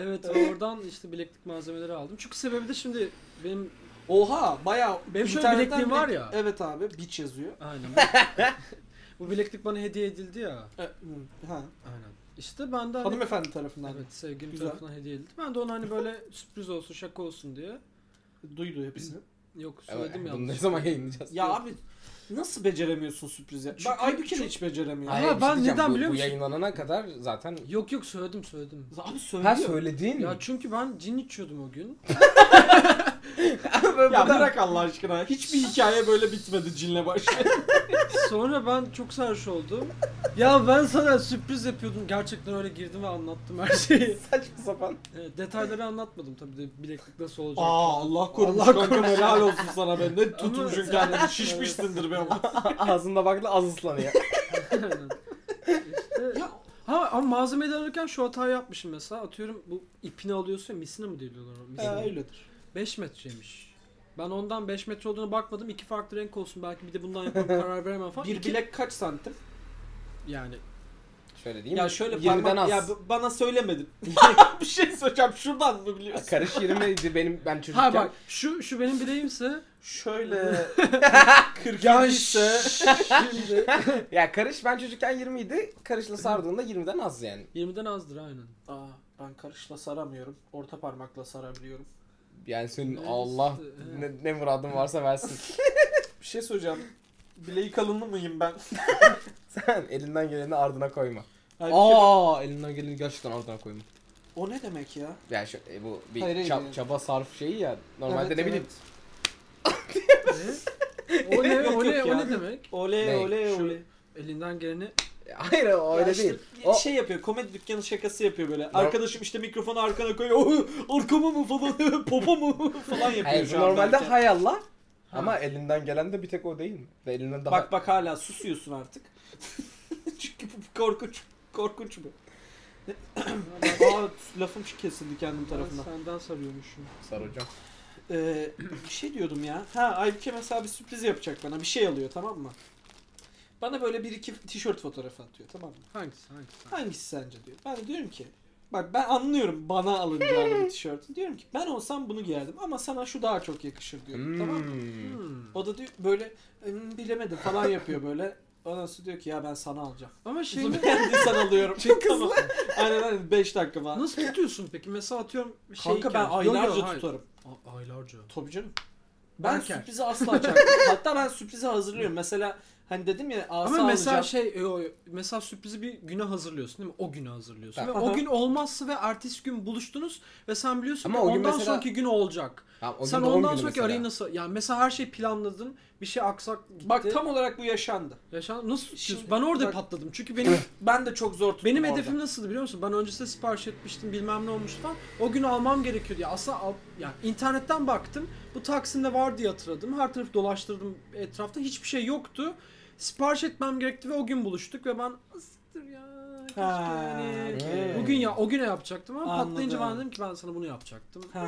Evet oradan işte bileklik malzemeleri aldım. Çünkü sebebi de şimdi benim
Oha bayağı.
Benim şöyle
internetten
bilekliğim var
bilek-
ya.
Evet abi biç yazıyor.
<laughs>
aynen. Bu bileklik bana hediye edildi ya.
E, hı, ha.
Aynen. İşte ben de hani,
Hanımefendi tarafından
evet sevgilim
Güzel.
tarafından hediye edildi. Ben de onu hani
<laughs>
böyle sürpriz olsun, şaka olsun diye.
duydu hepsini.
Yok söyledim
Bunu
yanlış.
ne zaman yayınlayacağız?
Ya abi nasıl beceremiyorsun sürprizi?
Çünkü
ben Aybüke de
çok-
hiç beceremiyorum.
Ay-
Hayır,
Ama
bir
ben
Şey diyeceğim.
neden
Bu-
biliyor
Bu
musun?
yayınlanana kadar zaten...
Yok yok söyledim söyledim.
Abi söylüyor.
Her söylediğin
Ya
mi?
çünkü ben cin içiyordum o gün.
Ya bırak Allah aşkına. Hiçbir hikaye böyle bitmedi cinle başlıyor.
Sonra ben çok sarhoş oldum. Ya ben sana sürpriz yapıyordum. Gerçekten öyle girdim ve anlattım her
<laughs>
şeyi.
Saçma sapan.
Evet, detayları anlatmadım tabii de bileklik nasıl olacak.
<laughs> Aa Allah korusun
Allah
kankam helal olsun sana be. Ne tutmuşsun
Ama-
<laughs> kendini şişmişsindir be ama.
Ağzında bakla az ıslanıyor.
<laughs> Aynen. İşte-
Ya-
Ha ama malzemeyi alırken şu hatayı yapmışım mesela. Atıyorum bu ipini alıyorsun ya misina mı diyorlar o
Ee,
misina?
öyledir.
5 metreymiş. Ben ondan 5 metre olduğuna bakmadım. iki farklı renk olsun belki bir de bundan
<laughs>
yaparım karar veremem falan.
Bir
İki-
bilek kaç santim?
yani
Şöyle diyeyim
Ya
mi?
şöyle
20'den
parmak...
az.
Ya b- bana söylemedin. <laughs> bir şey söyleyeceğim. Şuradan mı biliyorsun?
Karış 20'ydi benim ben çocukken.
Ha bak şu şu benim bileğimse
<laughs> Şöyle... 40
Ya
ise...
şimdi
Ya karış ben çocukken 20 idi. Karışla sardığında 20'den az yani.
20'den azdır
<laughs>
aynen.
Aa, ben karışla saramıyorum. Orta parmakla sarabiliyorum.
Yani senin
Evet,
Allah
işte,
ne, ne muradın varsa versin. <laughs>
Bir şey söyleyeceğim. Bileği kalınlı mıyım ben?
Sen elinden geleni ardına koyma.
Halbuki-
Aa elinden geleni gerçekten ardına koyma.
şey O ne demek ya?
Yani şu, e, bu bir
Hayır, hayır,
çab-
yani.
çaba sarf şeyi ya. Normalde
Evet,
ne bileyim.
evet.
E, O ne o
Yok,
ne
yok
o
ya.
ne demek?
Oley
Ne?
oley
Şu-
oley.
Elinden geleni
<laughs> Hayır o öyle
Ya işte
değil. O,
Şey yapıyor komedi dükkanı şakası yapıyor böyle. Arkadaşım işte mikrofonu arkana koyuyor. "Oh, Arkama mı falan <laughs> popa mı falan yapıyor
hayır,
şu
bu
anda.
normalde
erken.
hay Allah. Ama elinden gelen de bir tek o değil mi? Ve elinden daha...
Bak bak hala susuyorsun artık. <laughs> Çünkü bu korkunç. Korkunç bu. <clears throat> Aa lafım kesildi kendim
tarafına.
tarafından.
senden sarıyormuşum.
Sar hocam.
Ee, bir şey diyordum ya. Ha Aybüke mesela bir sürpriz yapacak bana. Bir şey alıyor tamam mı? Bana böyle bir iki tişört fotoğrafı atıyor tamam mı?
Hangisi hangisi?
Hangisi sence diyor. Ben de diyorum ki bak ben anlıyorum bana alınacağını bir tişörtü. Diyorum ki ben olsam bunu giyerdim ama sana şu daha çok yakışır diyorum tamam mı?
Hmm.
Hmm.
O da diyor böyle "Hmm, bilemedim falan yapıyor böyle. Ondan sonra diyor ki ya ben sana alacağım.
Ama şey
Bunu beğendiysen alıyorum. <laughs> tamam. Aynen aynen 5 dakika <laughs> falan.
Nasıl tutuyorsun peki? Mesela atıyorum şey
Kanka ben aylarca tutarım.
aylarca.
Tabii canım. Ben
Berker.
sürprizi
<laughs>
asla çakmam. Hatta ben sürprizi hazırlıyorum. Mesela hani dedim ya asa
Ama mesela
alacağım.
şey e, o- mesela sürprizi bir güne hazırlıyorsun değil mi? O güne hazırlıyorsun.
Ha.
Ve o gün olmazsa ve ertesi gün buluştunuz ve sen biliyorsun
Ama
ki
o gün
ondan
mesela-
sonraki gün olacak.
Tamam, o
sen
gün doğum
ondan
günü
sonraki
mesela.
arayı nasıl yani mesela her şeyi planladın. Bir şey aksak gitti.
Bak tam olarak bu yaşandı.
Yaşan nasıl tutuyorsun?
Şimdi-
ben orada
bak-
patladım. Çünkü benim
Ben de çok zor tuttum
benim
orada.
hedefim nasıldı biliyor musun? Ben öncesinde sipariş etmiştim bilmem ne olmuştu falan. O gün almam gerekiyordu. Ya aslında al, yani internetten baktım. Bu Taksim'de var diye hatırladım. Her tarafı dolaştırdım etrafta. Hiçbir şey yoktu. Sipariş etmem gerekti ve o gün buluştuk ve ben "Siktir ya. keşke
Ha,
yani."
okey.
Bugün ya o güne yapacaktım ama
Anladım.
patlayınca ben dedim ki ben sana bunu yapacaktım.
Ha.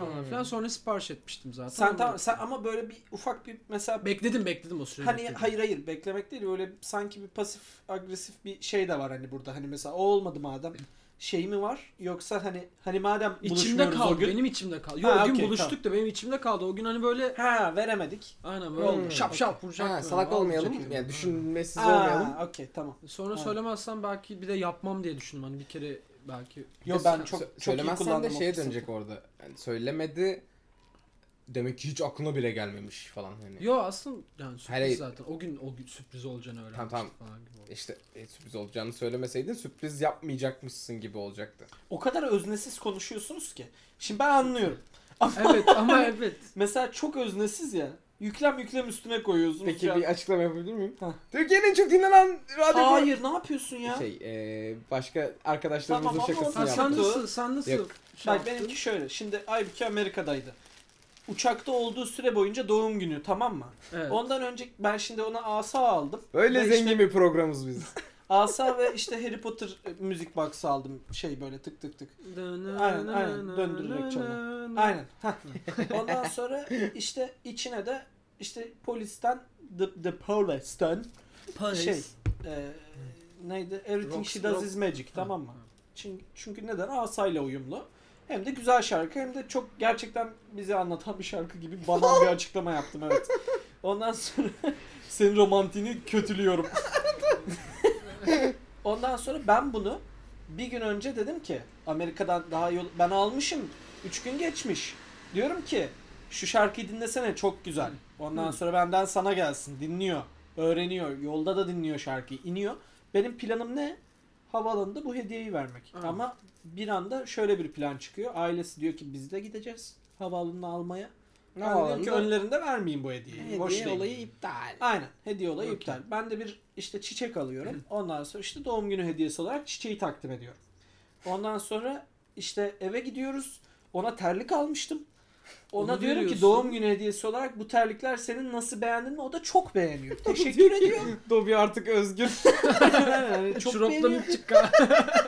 Falan filan sonra sipariş etmiştim zaten.
Sen
Ama-
tam sen ama böyle bir ufak bir mesela
bekledim bekledim o süreci.
hani
bekledim.
hayır hayır şey beklemek değil böyle sanki bir pasif agresif bir şey de var hani burada hani mesela o olmadı madem şey mi var? Yoksa hani hani madem
İçimde
buluşmuyoruz
kaldı.
o gün.
Benim içimde kaldı.
Ha,
Yok o gün
okey,
buluştuk da benim içimde kaldı. O gün hani böyle
Ha veremedik.
aynen böyle
Hmm,
oldu. şap şap vuracak.
Ha,
böyle,
salak
alacak
olmayalım.
elimi.
Yani düşünmesiz olmayalım.
Ha okey tamam.
Sonra
Ha.
söylemezsem belki bir de yapmam diye düşündüm. Hani bir kere belki
Yo ben çok çok iyi
Söylemezsen de
kullandım. o
şeye
fırsatı.
dönecek orada. Yani söylemedi demek ki hiç aklına bile gelmemiş falan hani.
Yo aslında yani sürpriz
Hayır, hayır.
zaten. O gün o gün sürpriz olacağını öğrenmiştim
tamam.
falan
<laughs>
gibi oldu.
İşte e, sürpriz olacağını söylemeseydin sürpriz yapmayacakmışsın gibi olacaktı.
O kadar öznesiz konuşuyorsunuz ki. Şimdi ben anlıyorum.
evet ama evet.
Mesela çok öznesiz ya. Yüklem yüklem üstüne koyuyorsunuz.
Peki
ya.
bir açıklama yapabilir miyim?
Ha.
Türkiye'nin en çok dinlenen radyo
Hayır ne yapıyorsun ya?
Şey, e, başka arkadaşlarımızın
Tamam, ama
şakasını
Ha,
onlar-
yaptı.
sen
yaptı.
nasıl sen nasıl
Yok.
şey
Bak
yaptın?
benimki şöyle. Şimdi Aybüke Amerika'daydı. Uçakta olduğu süre boyunca doğum günü tamam mı?
Evet.
Ondan önce ben şimdi ona asa aldım.
Öyle
Ve
zengin
işte
bir programız biz.
asa ve işte Harry Potter e, müzik box aldım. Şey böyle tık tık tık. Aynen, aynen. Döndürerek çalıyor. Aynen. <laughs> hah. Ondan sonra işte içine de işte polisten the, the polisten
Paris.
şey e, neydi? Everything
Rock-
She Does
rock-
Is Magic tamam mı? Çünkü, çünkü neden? Asayla uyumlu. Hem de güzel şarkı hem de çok gerçekten bize anlatan bir şarkı gibi bana bir açıklama yaptım evet. Ondan sonra <laughs> senin romantini kötülüyorum. Ondan sonra ben bunu bir gün önce dedim ki Amerika'dan daha yol ben almışım. 3 gün geçmiş. Diyorum ki şu şarkıyı dinlesene çok güzel. Ondan sonra benden sana gelsin. Dinliyor, öğreniyor. Yolda da dinliyor şarkıyı. iniyor. Benim planım ne? Havaalanında bu hediyeyi vermek.
Ha.
Ama bir anda şöyle bir plan çıkıyor. Ailesi diyor ki biz de gideceğiz havaalanına almaya.
Ne
Ben diyorum ki
oldu?
önlerinde vermeyin bu hediyeyi. Boş
Hediye
değil.
olayı iptal.
Aynen. Hediye olayı
Okey.
iptal. Ben de bir işte çiçek alıyorum. Ondan sonra işte doğum günü hediyesi olarak çiçeği takdim ediyorum. Ondan sonra işte eve gidiyoruz. Ona terlik almıştım. Ona
Onu
diyorum ki
veriyorsun.
doğum günü hediyesi olarak bu terlikler senin nasıl beğendin mi? O da
<laughs>
çok beğeniyor. Teşekkür ediyor.
Dobi artık özgür.
Yani çok
Şuropla
beğeniyor.
hani mı <laughs>
<laughs>
çıkar?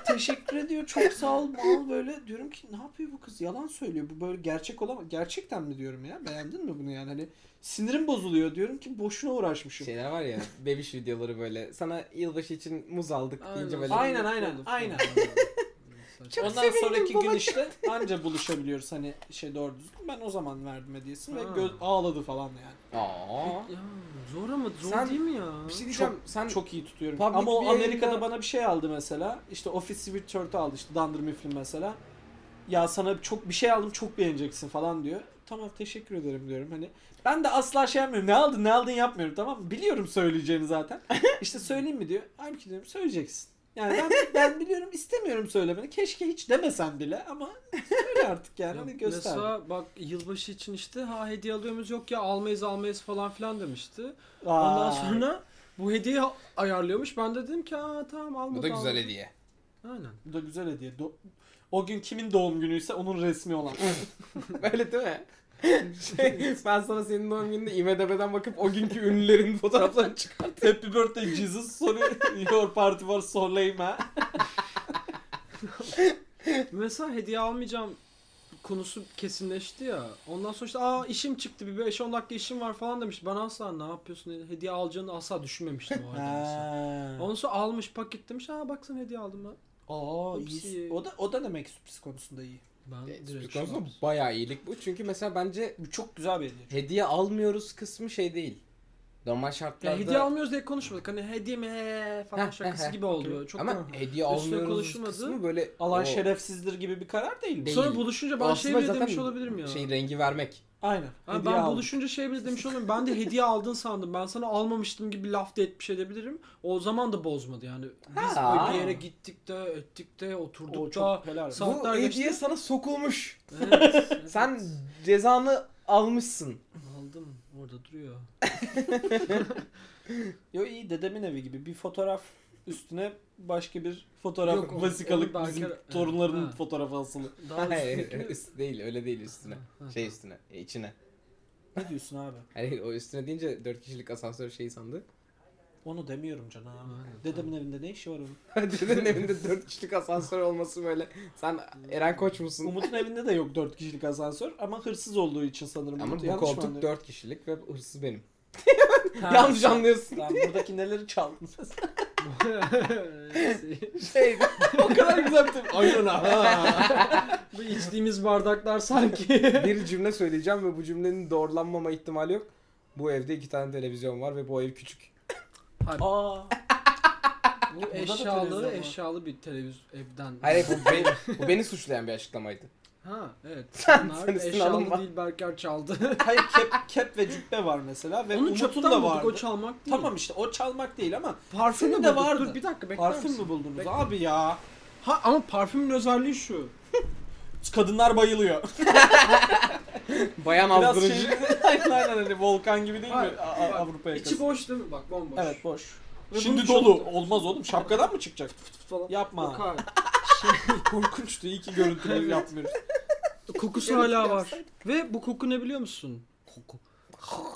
Teşekkür ediyor. Çok sağ ol. Al böyle diyorum ki ne yapıyor bu kız? Yalan söylüyor. Bu böyle gerçek olamaz. Gerçekten mi diyorum ya? Beğendin mi bunu yani? Hani sinirim bozuluyor diyorum ki boşuna uğraşmışım.
Şeyler
<laughs>
var ya bebiş videoları böyle. Sana yılbaşı için muz aldık deyince böyle.
Aynen, aynen, aynen.
Çok
Ondan
sevindim
sonraki gün
babacığım.
işte anca buluşabiliyoruz hani şey doğru düzgün. Ben o zaman verdim hediyesini ve
Ha.
göz ağladı falan yani.
Aa.
Ya, zor ama zor
Sen-
değil mi ya?
Bir şey diyeceğim. sen
Çok iyi tutuyorum.
Public
Ama
bir
o
yayında-
Amerika'da bana bir şey aldı mesela. İşte Office Sweatshirt'ı aldı işte Dunder Mifflin mesela. Ya sana çok bir şey aldım çok beğeneceksin falan diyor. Tamam teşekkür ederim diyorum hani. Ben de asla şey yapmıyorum. Ne aldın ne aldın yapmıyorum tamam mı? Biliyorum söyleyeceğini
<laughs>
zaten. işte söyleyeyim mi diyor. Halbuki diyorum söyleyeceksin. Yani ben, ben biliyorum istemiyorum söylemeni. Keşke hiç demesen bile ama söyle artık yani.
Ya
Hadi göster.
Mesela bak yılbaşı için işte ha hediye alıyoruz yok ya almayız almayız falan filan demişti.
Aa.
Ondan sonra bu hediye ayarlıyormuş. Ben de dedim ki ha tamam alma.
Bu da güzel
alma." <laughs>
hediye.
Aynen.
Bu da güzel hediye. Do- o gün kimin doğum günüyse onun resmi olan.
Böyle değil mi? şey, ben sana senin doğum gününde IMDB'den bakıp o günkü
<laughs>
ünlülerin fotoğraflarını çıkar.
Happy birthday Jesus. Sonra <laughs> your party var Soleima.
Mesela hediye almayacağım konusu kesinleşti ya. Ondan sonra işte aa işim çıktı bir 5-10 dakika işim var falan demiş. Ben asla ne yapıyorsun dedi. Hediye alacağını asla düşünmemiştim o arada. mesela. Ondan sonra almış paketlemiş. Aa baksana hediye aldım ben.
Aa,
Hepsi
iyi.
iyi.
şey- O da o da demek ki sürpriz konusunda iyi.
Ben
Bu
direkt
konusunda
şey
bayağı iyilik bu. Çünkü mesela bence
Bu çok güzel bir hediye.
hediye almıyoruz kısmı şey değil. Normal
Ya
şartlarda...
hediye almıyoruz diye konuşmadık. Hani hediye mi he
Heh,
falan
heh,
şakası
heh.
gibi oldu. Çok
Ama hediye almıyoruz
konuşulmadı.
kısmı böyle...
Alan
o-
şerefsizdir gibi bir karar değil mi?
Değil.
Sonra buluşunca ben şey
Aslında
bile demiş
zaten
olabilirim ya.
Şey rengi vermek.
Aynen.
Ha,
hediye
ben
aldım.
buluşunca şey bile demiş olabilirim. Ben de hediye aldın sandım. Ben sana almamıştım gibi laf da etmiş edebilirim. O zaman da bozmadı yani. Biz
Ha.
böyle bir yere gittik de ettik de oturduk
O
da.
çok helal.
Sa- Saatler
bu hediye
geçti.
sana sokulmuş.
<laughs>
Evet, evet.
Sen cezanı almışsın.
Aldım orada duruyor.
Yo iyi dedemin evi gibi bir fotoğraf üstüne başka bir fotoğraf
Yok, o-
vesikalık
onu belki-
bizim
Evet.
torunlarının
Ha.
fotoğrafı asılı.
Daha
<laughs> Hayır,
üstündeki- <laughs>
üst- değil öyle değil üstüne.
Ha,
Şey üstüne, e, içine.
Ne diyorsun abi?
Hayır o üstüne deyince 4 kişilik asansör şeyi sandı. <laughs>
Onu demiyorum canım.
Aynen,
Dedemin evinde ne işi var onun?
Dedenin evinde 4 kişilik asansör olması böyle. Sen Eren Koç musun?
Umut'un evinde de yok 4 kişilik asansör ama hırsız olduğu için sanırım.
Ama
Umut.
bu
Yanlış mı
koltuk
anlıyorum?
4 kişilik ve hırsız benim.
Ha, şey.
<laughs>
<laughs>
Yanlış
sen-
anlıyorsun.
<laughs> Lan buradaki neleri çaldın sen?
Şey, o kadar güzel bir tepki. Aynen ha.
Bu içtiğimiz bardaklar
<laughs>
sanki.
bir cümle söyleyeceğim ve bu cümlenin doğrulanmama ihtimali yok. Bu evde iki tane televizyon var ve bu ev küçük.
Aa.
Bu
da televizyon
eşyalı
var.
eşyalı bir televiz evden.
Hayır bu, beni, bu beni suçlayan bir açıklamaydı.
Ha
<laughs>
evet.
Sen-
Bunlar
sen üstüne alınma.
eşyalı değil Berker çaldı.
Hayır kep, kep ve cübbe var mesela ve
Onu
<laughs> Umut'un
çöpten
da
bulduk
vardı.
o çalmak değil.
Tamam işte o çalmak değil ama
Parfümü
Senin de
bulduk.
vardı.
Dur bir dakika bekler
parfüm
misin?
mü buldunuz
Bekle.
abi ya?
Ha ama parfümün özelliği şu.
Kadınlar bayılıyor. <laughs>
Bayan
Biraz
azdırıcı.
şey <laughs> aynen aynen hani volkan gibi değil
Hayır,
mi A- A-
bak,
Avrupa
İçi
yakası?
boş değil mi? Bak bomboş.
Evet boş.
Ve
Şimdi
bunu
dolu.
çöpten-
Olmaz oğlum şapkadan
<laughs>
mı çıkacak?
Falan. Yok,
Yapma. <laughs>
hayır.
Korkunçtu iyi
<laughs>
ki görüntüleri yapmıyoruz.
Kokusu
şey
hala var. Ve bu koku ne biliyor musun? Koku.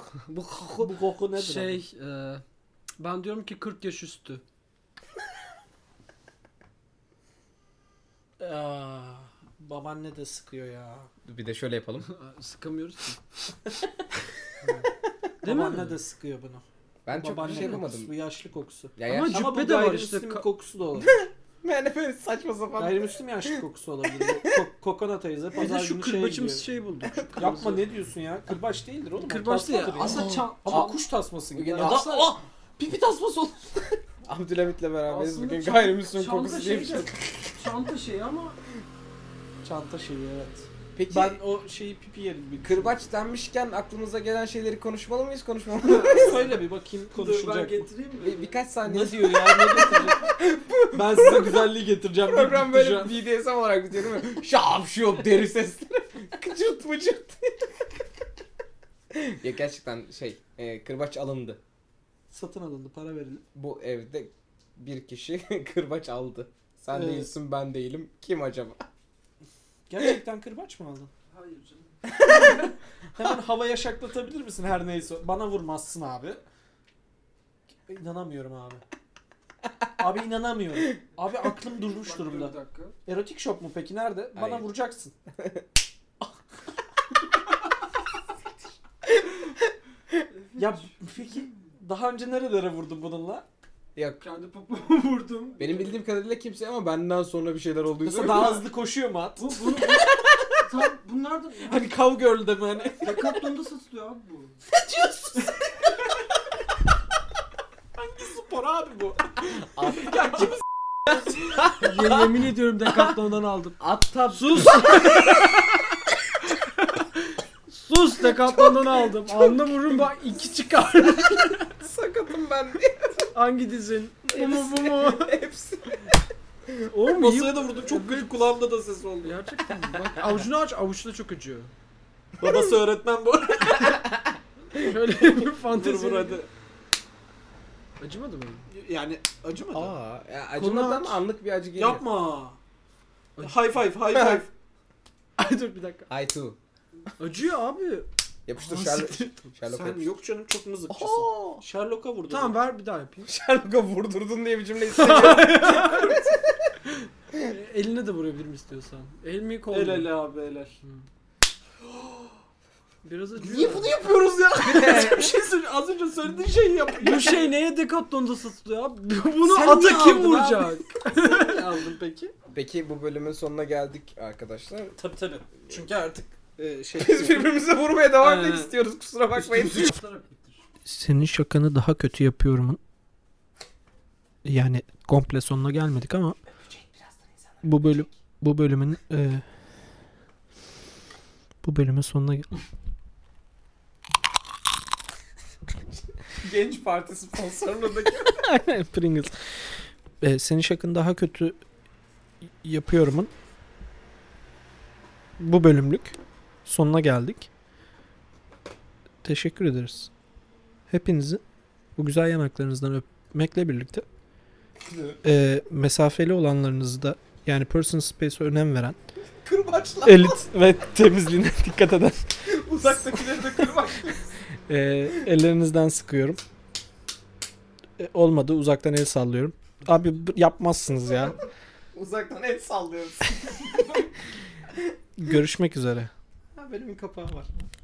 <laughs> bu koku
Bu koku <laughs> nedir? abi?
şey e, ben diyorum ki 40 yaş üstü.
Aa, babaanne de sıkıyor ya.
Bir de şöyle yapalım.
E, Sıkamıyoruz
<laughs>
ki. Değil mi?
Babaanne de sıkıyor bunu.
Ben çok bir
Babaanne
şey
kokusu, Bu
yapamadım.
yaşlı kokusu.
Ya
Ama
ya.
Ama
Cübbe
bu
de var
gayrimüslimin
işte. Ka-
kokusu da olabilir.
<laughs>
<laughs>
Yani böyle saçma sapan.
Gayrimüslim yaşlı kokusu olabilir. Ko- kokonat ayızı
Bir de
pazar
şu
günü şeye gidiyor.
kırbaçımız şey bulduk. şu
Yapma
kırmızı.
ne diyorsun ya? Kırbaç değildir oğlum. o.
Kırbaç değil ya.
Tasmadır
Aslında çam-
Ama
Aa.
kuş tasması gibi.
Ya
Ya da
aslında-
Aa! pipi tasması olur.
<laughs> Abdülhamit'le beraberiz
Aslında
bugün
çok-
gayrimüslim
çok da
kokusu
şey
diye bir şey.
de- Çanta şeyi ama
Çanta şeyi evet.
Peki
Ben o şeyi pipi yerim bir.
kırbaç denmişken aklımıza gelen şeyleri konuşmalı mıyız konuşmamalı mıyız?
<laughs> Söyle bir bakayım
ben
konuşulacak. mı?
getireyim mi?
Bir- birkaç saniye
Ne diyor ya? Ne getirecek?
<laughs>
ben size güzelliği getireceğim.
<laughs> program
deyip
böyle BDSM olarak bitiyor değil mi? Şap şup deri sesleri. <laughs> Kıcırt mıcırt. ya gerçekten şey e, kırbaç alındı.
Satın alındı, para verildi.
Bu evde bir kişi <laughs> kırbaç aldı. Sen
Evet.
değilsin ben değilim. Kim acaba?
Gerçekten kırbaç mı aldın?
Hayır canım.
Hemen havaya şaklatabilir misin her neyse? Bana vurmazsın abi. İnanamıyorum abi. Abi inanamıyorum. Abi aklım durmuş
Bak,
durumda.
dur bir dakika.
Erotik shop mu peki nerede? Bana
Hayır.
vuracaksın. ya peki daha önce nerelere vurdun bununla?
Yok.
Kendi popomu <laughs> vurdum.
Benim bildiğim kadarıyla kimse ama benden sonra bir şeyler olduysa
Mesela daha hızlı koşuyor mu at?
Bu, bunu, bu, tam bunlar
<laughs>
da
Hani Cowgirl'de
<laughs>
mi hani?
Decathlon'da satılıyor abi bu.
Spor abi bu.
Ye- Yemin ediyorum Decathlon'dan aldım.
Atta
Sus! Sus Decathlon'dan aldım. Anla vururum bak iki çıkar.
sakatım
<laughs>
ben.
Hangi dizin? Bu mu bu mu?
Hepsi.
Oğlum iyi.
Masaya da vurdum çok kötü kulağımda da ses oldu.
Gerçekten mi? bak avucunu aç avuçta çok
<laughs>
acıyor.
Babası öğretmen bu.
Şöyle bir
Dur
fantezi.
vur hadi.
Acımadı mı?
Yani acımadı.
Aa, ya acımadı ama anlık bir acı geliyor.
Yapma. High five, high five.
Ay dur bir dakika.
Hay tu.
Acıyor abi.
Yapıştır
Aa,
Sherlock.
siktir.
Sherlock'a
Sen
yapıştır.
yok canım çok mızıkçısın.
Oo!
Sherlock'a vurdun.
Tamam ver bir daha yapayım. Şey,
Sherlock'a vurdurdun diye
<laughs>
bir cümle istemiyorum.
E, Eline de vurabilirim istiyorsan. El mi kol mu?
El ele abi el <laughs> el.
Biraz acıyor.
yapıyoruz ya? bir şey söyle. Az önce söylediğin şeyi <laughs> yap.
Bu şey neye Decathlon'da satılıyor abi? <laughs> Bunu
Sen niye
ata kim
aldın
vuracak?
Ne aldın peki?
Peki bu bölümün sonuna geldik
<laughs>
arkadaşlar.
Tabii tabii. Çünkü artık e, <laughs> şey...
Biz birbirimize vurmaya devam
Aynen.
etmek istiyoruz kusura bakmayın.
Satarak bitir.
Senin şakanı daha kötü yapıyorumun. Yani komple sonuna gelmedik ama bu bölüm bu bölümün e, bu bölümün sonuna gel-
Genç
<laughs>
Parti sponsorluğundaki.
Pringles. E, senin şakın daha kötü yapıyorumun bu bölümlük sonuna geldik. Teşekkür ederiz. Hepinizi bu güzel yanaklarınızdan öpmekle birlikte e, mesafeli olanlarınızı da yani personal space'e önem veren
Kırbaçla.
elit ve temizliğine <laughs> dikkat eden
<laughs> Uzaktakileri de kırbaç.
<laughs> e, ellerinizden sıkıyorum. E, olmadı uzaktan el sallıyorum. Abi b- yapmazsınız ya.
<laughs> Uzaktan el sallıyoruz.
Görüşmek üzere.
Ha, bölümün kapağı var.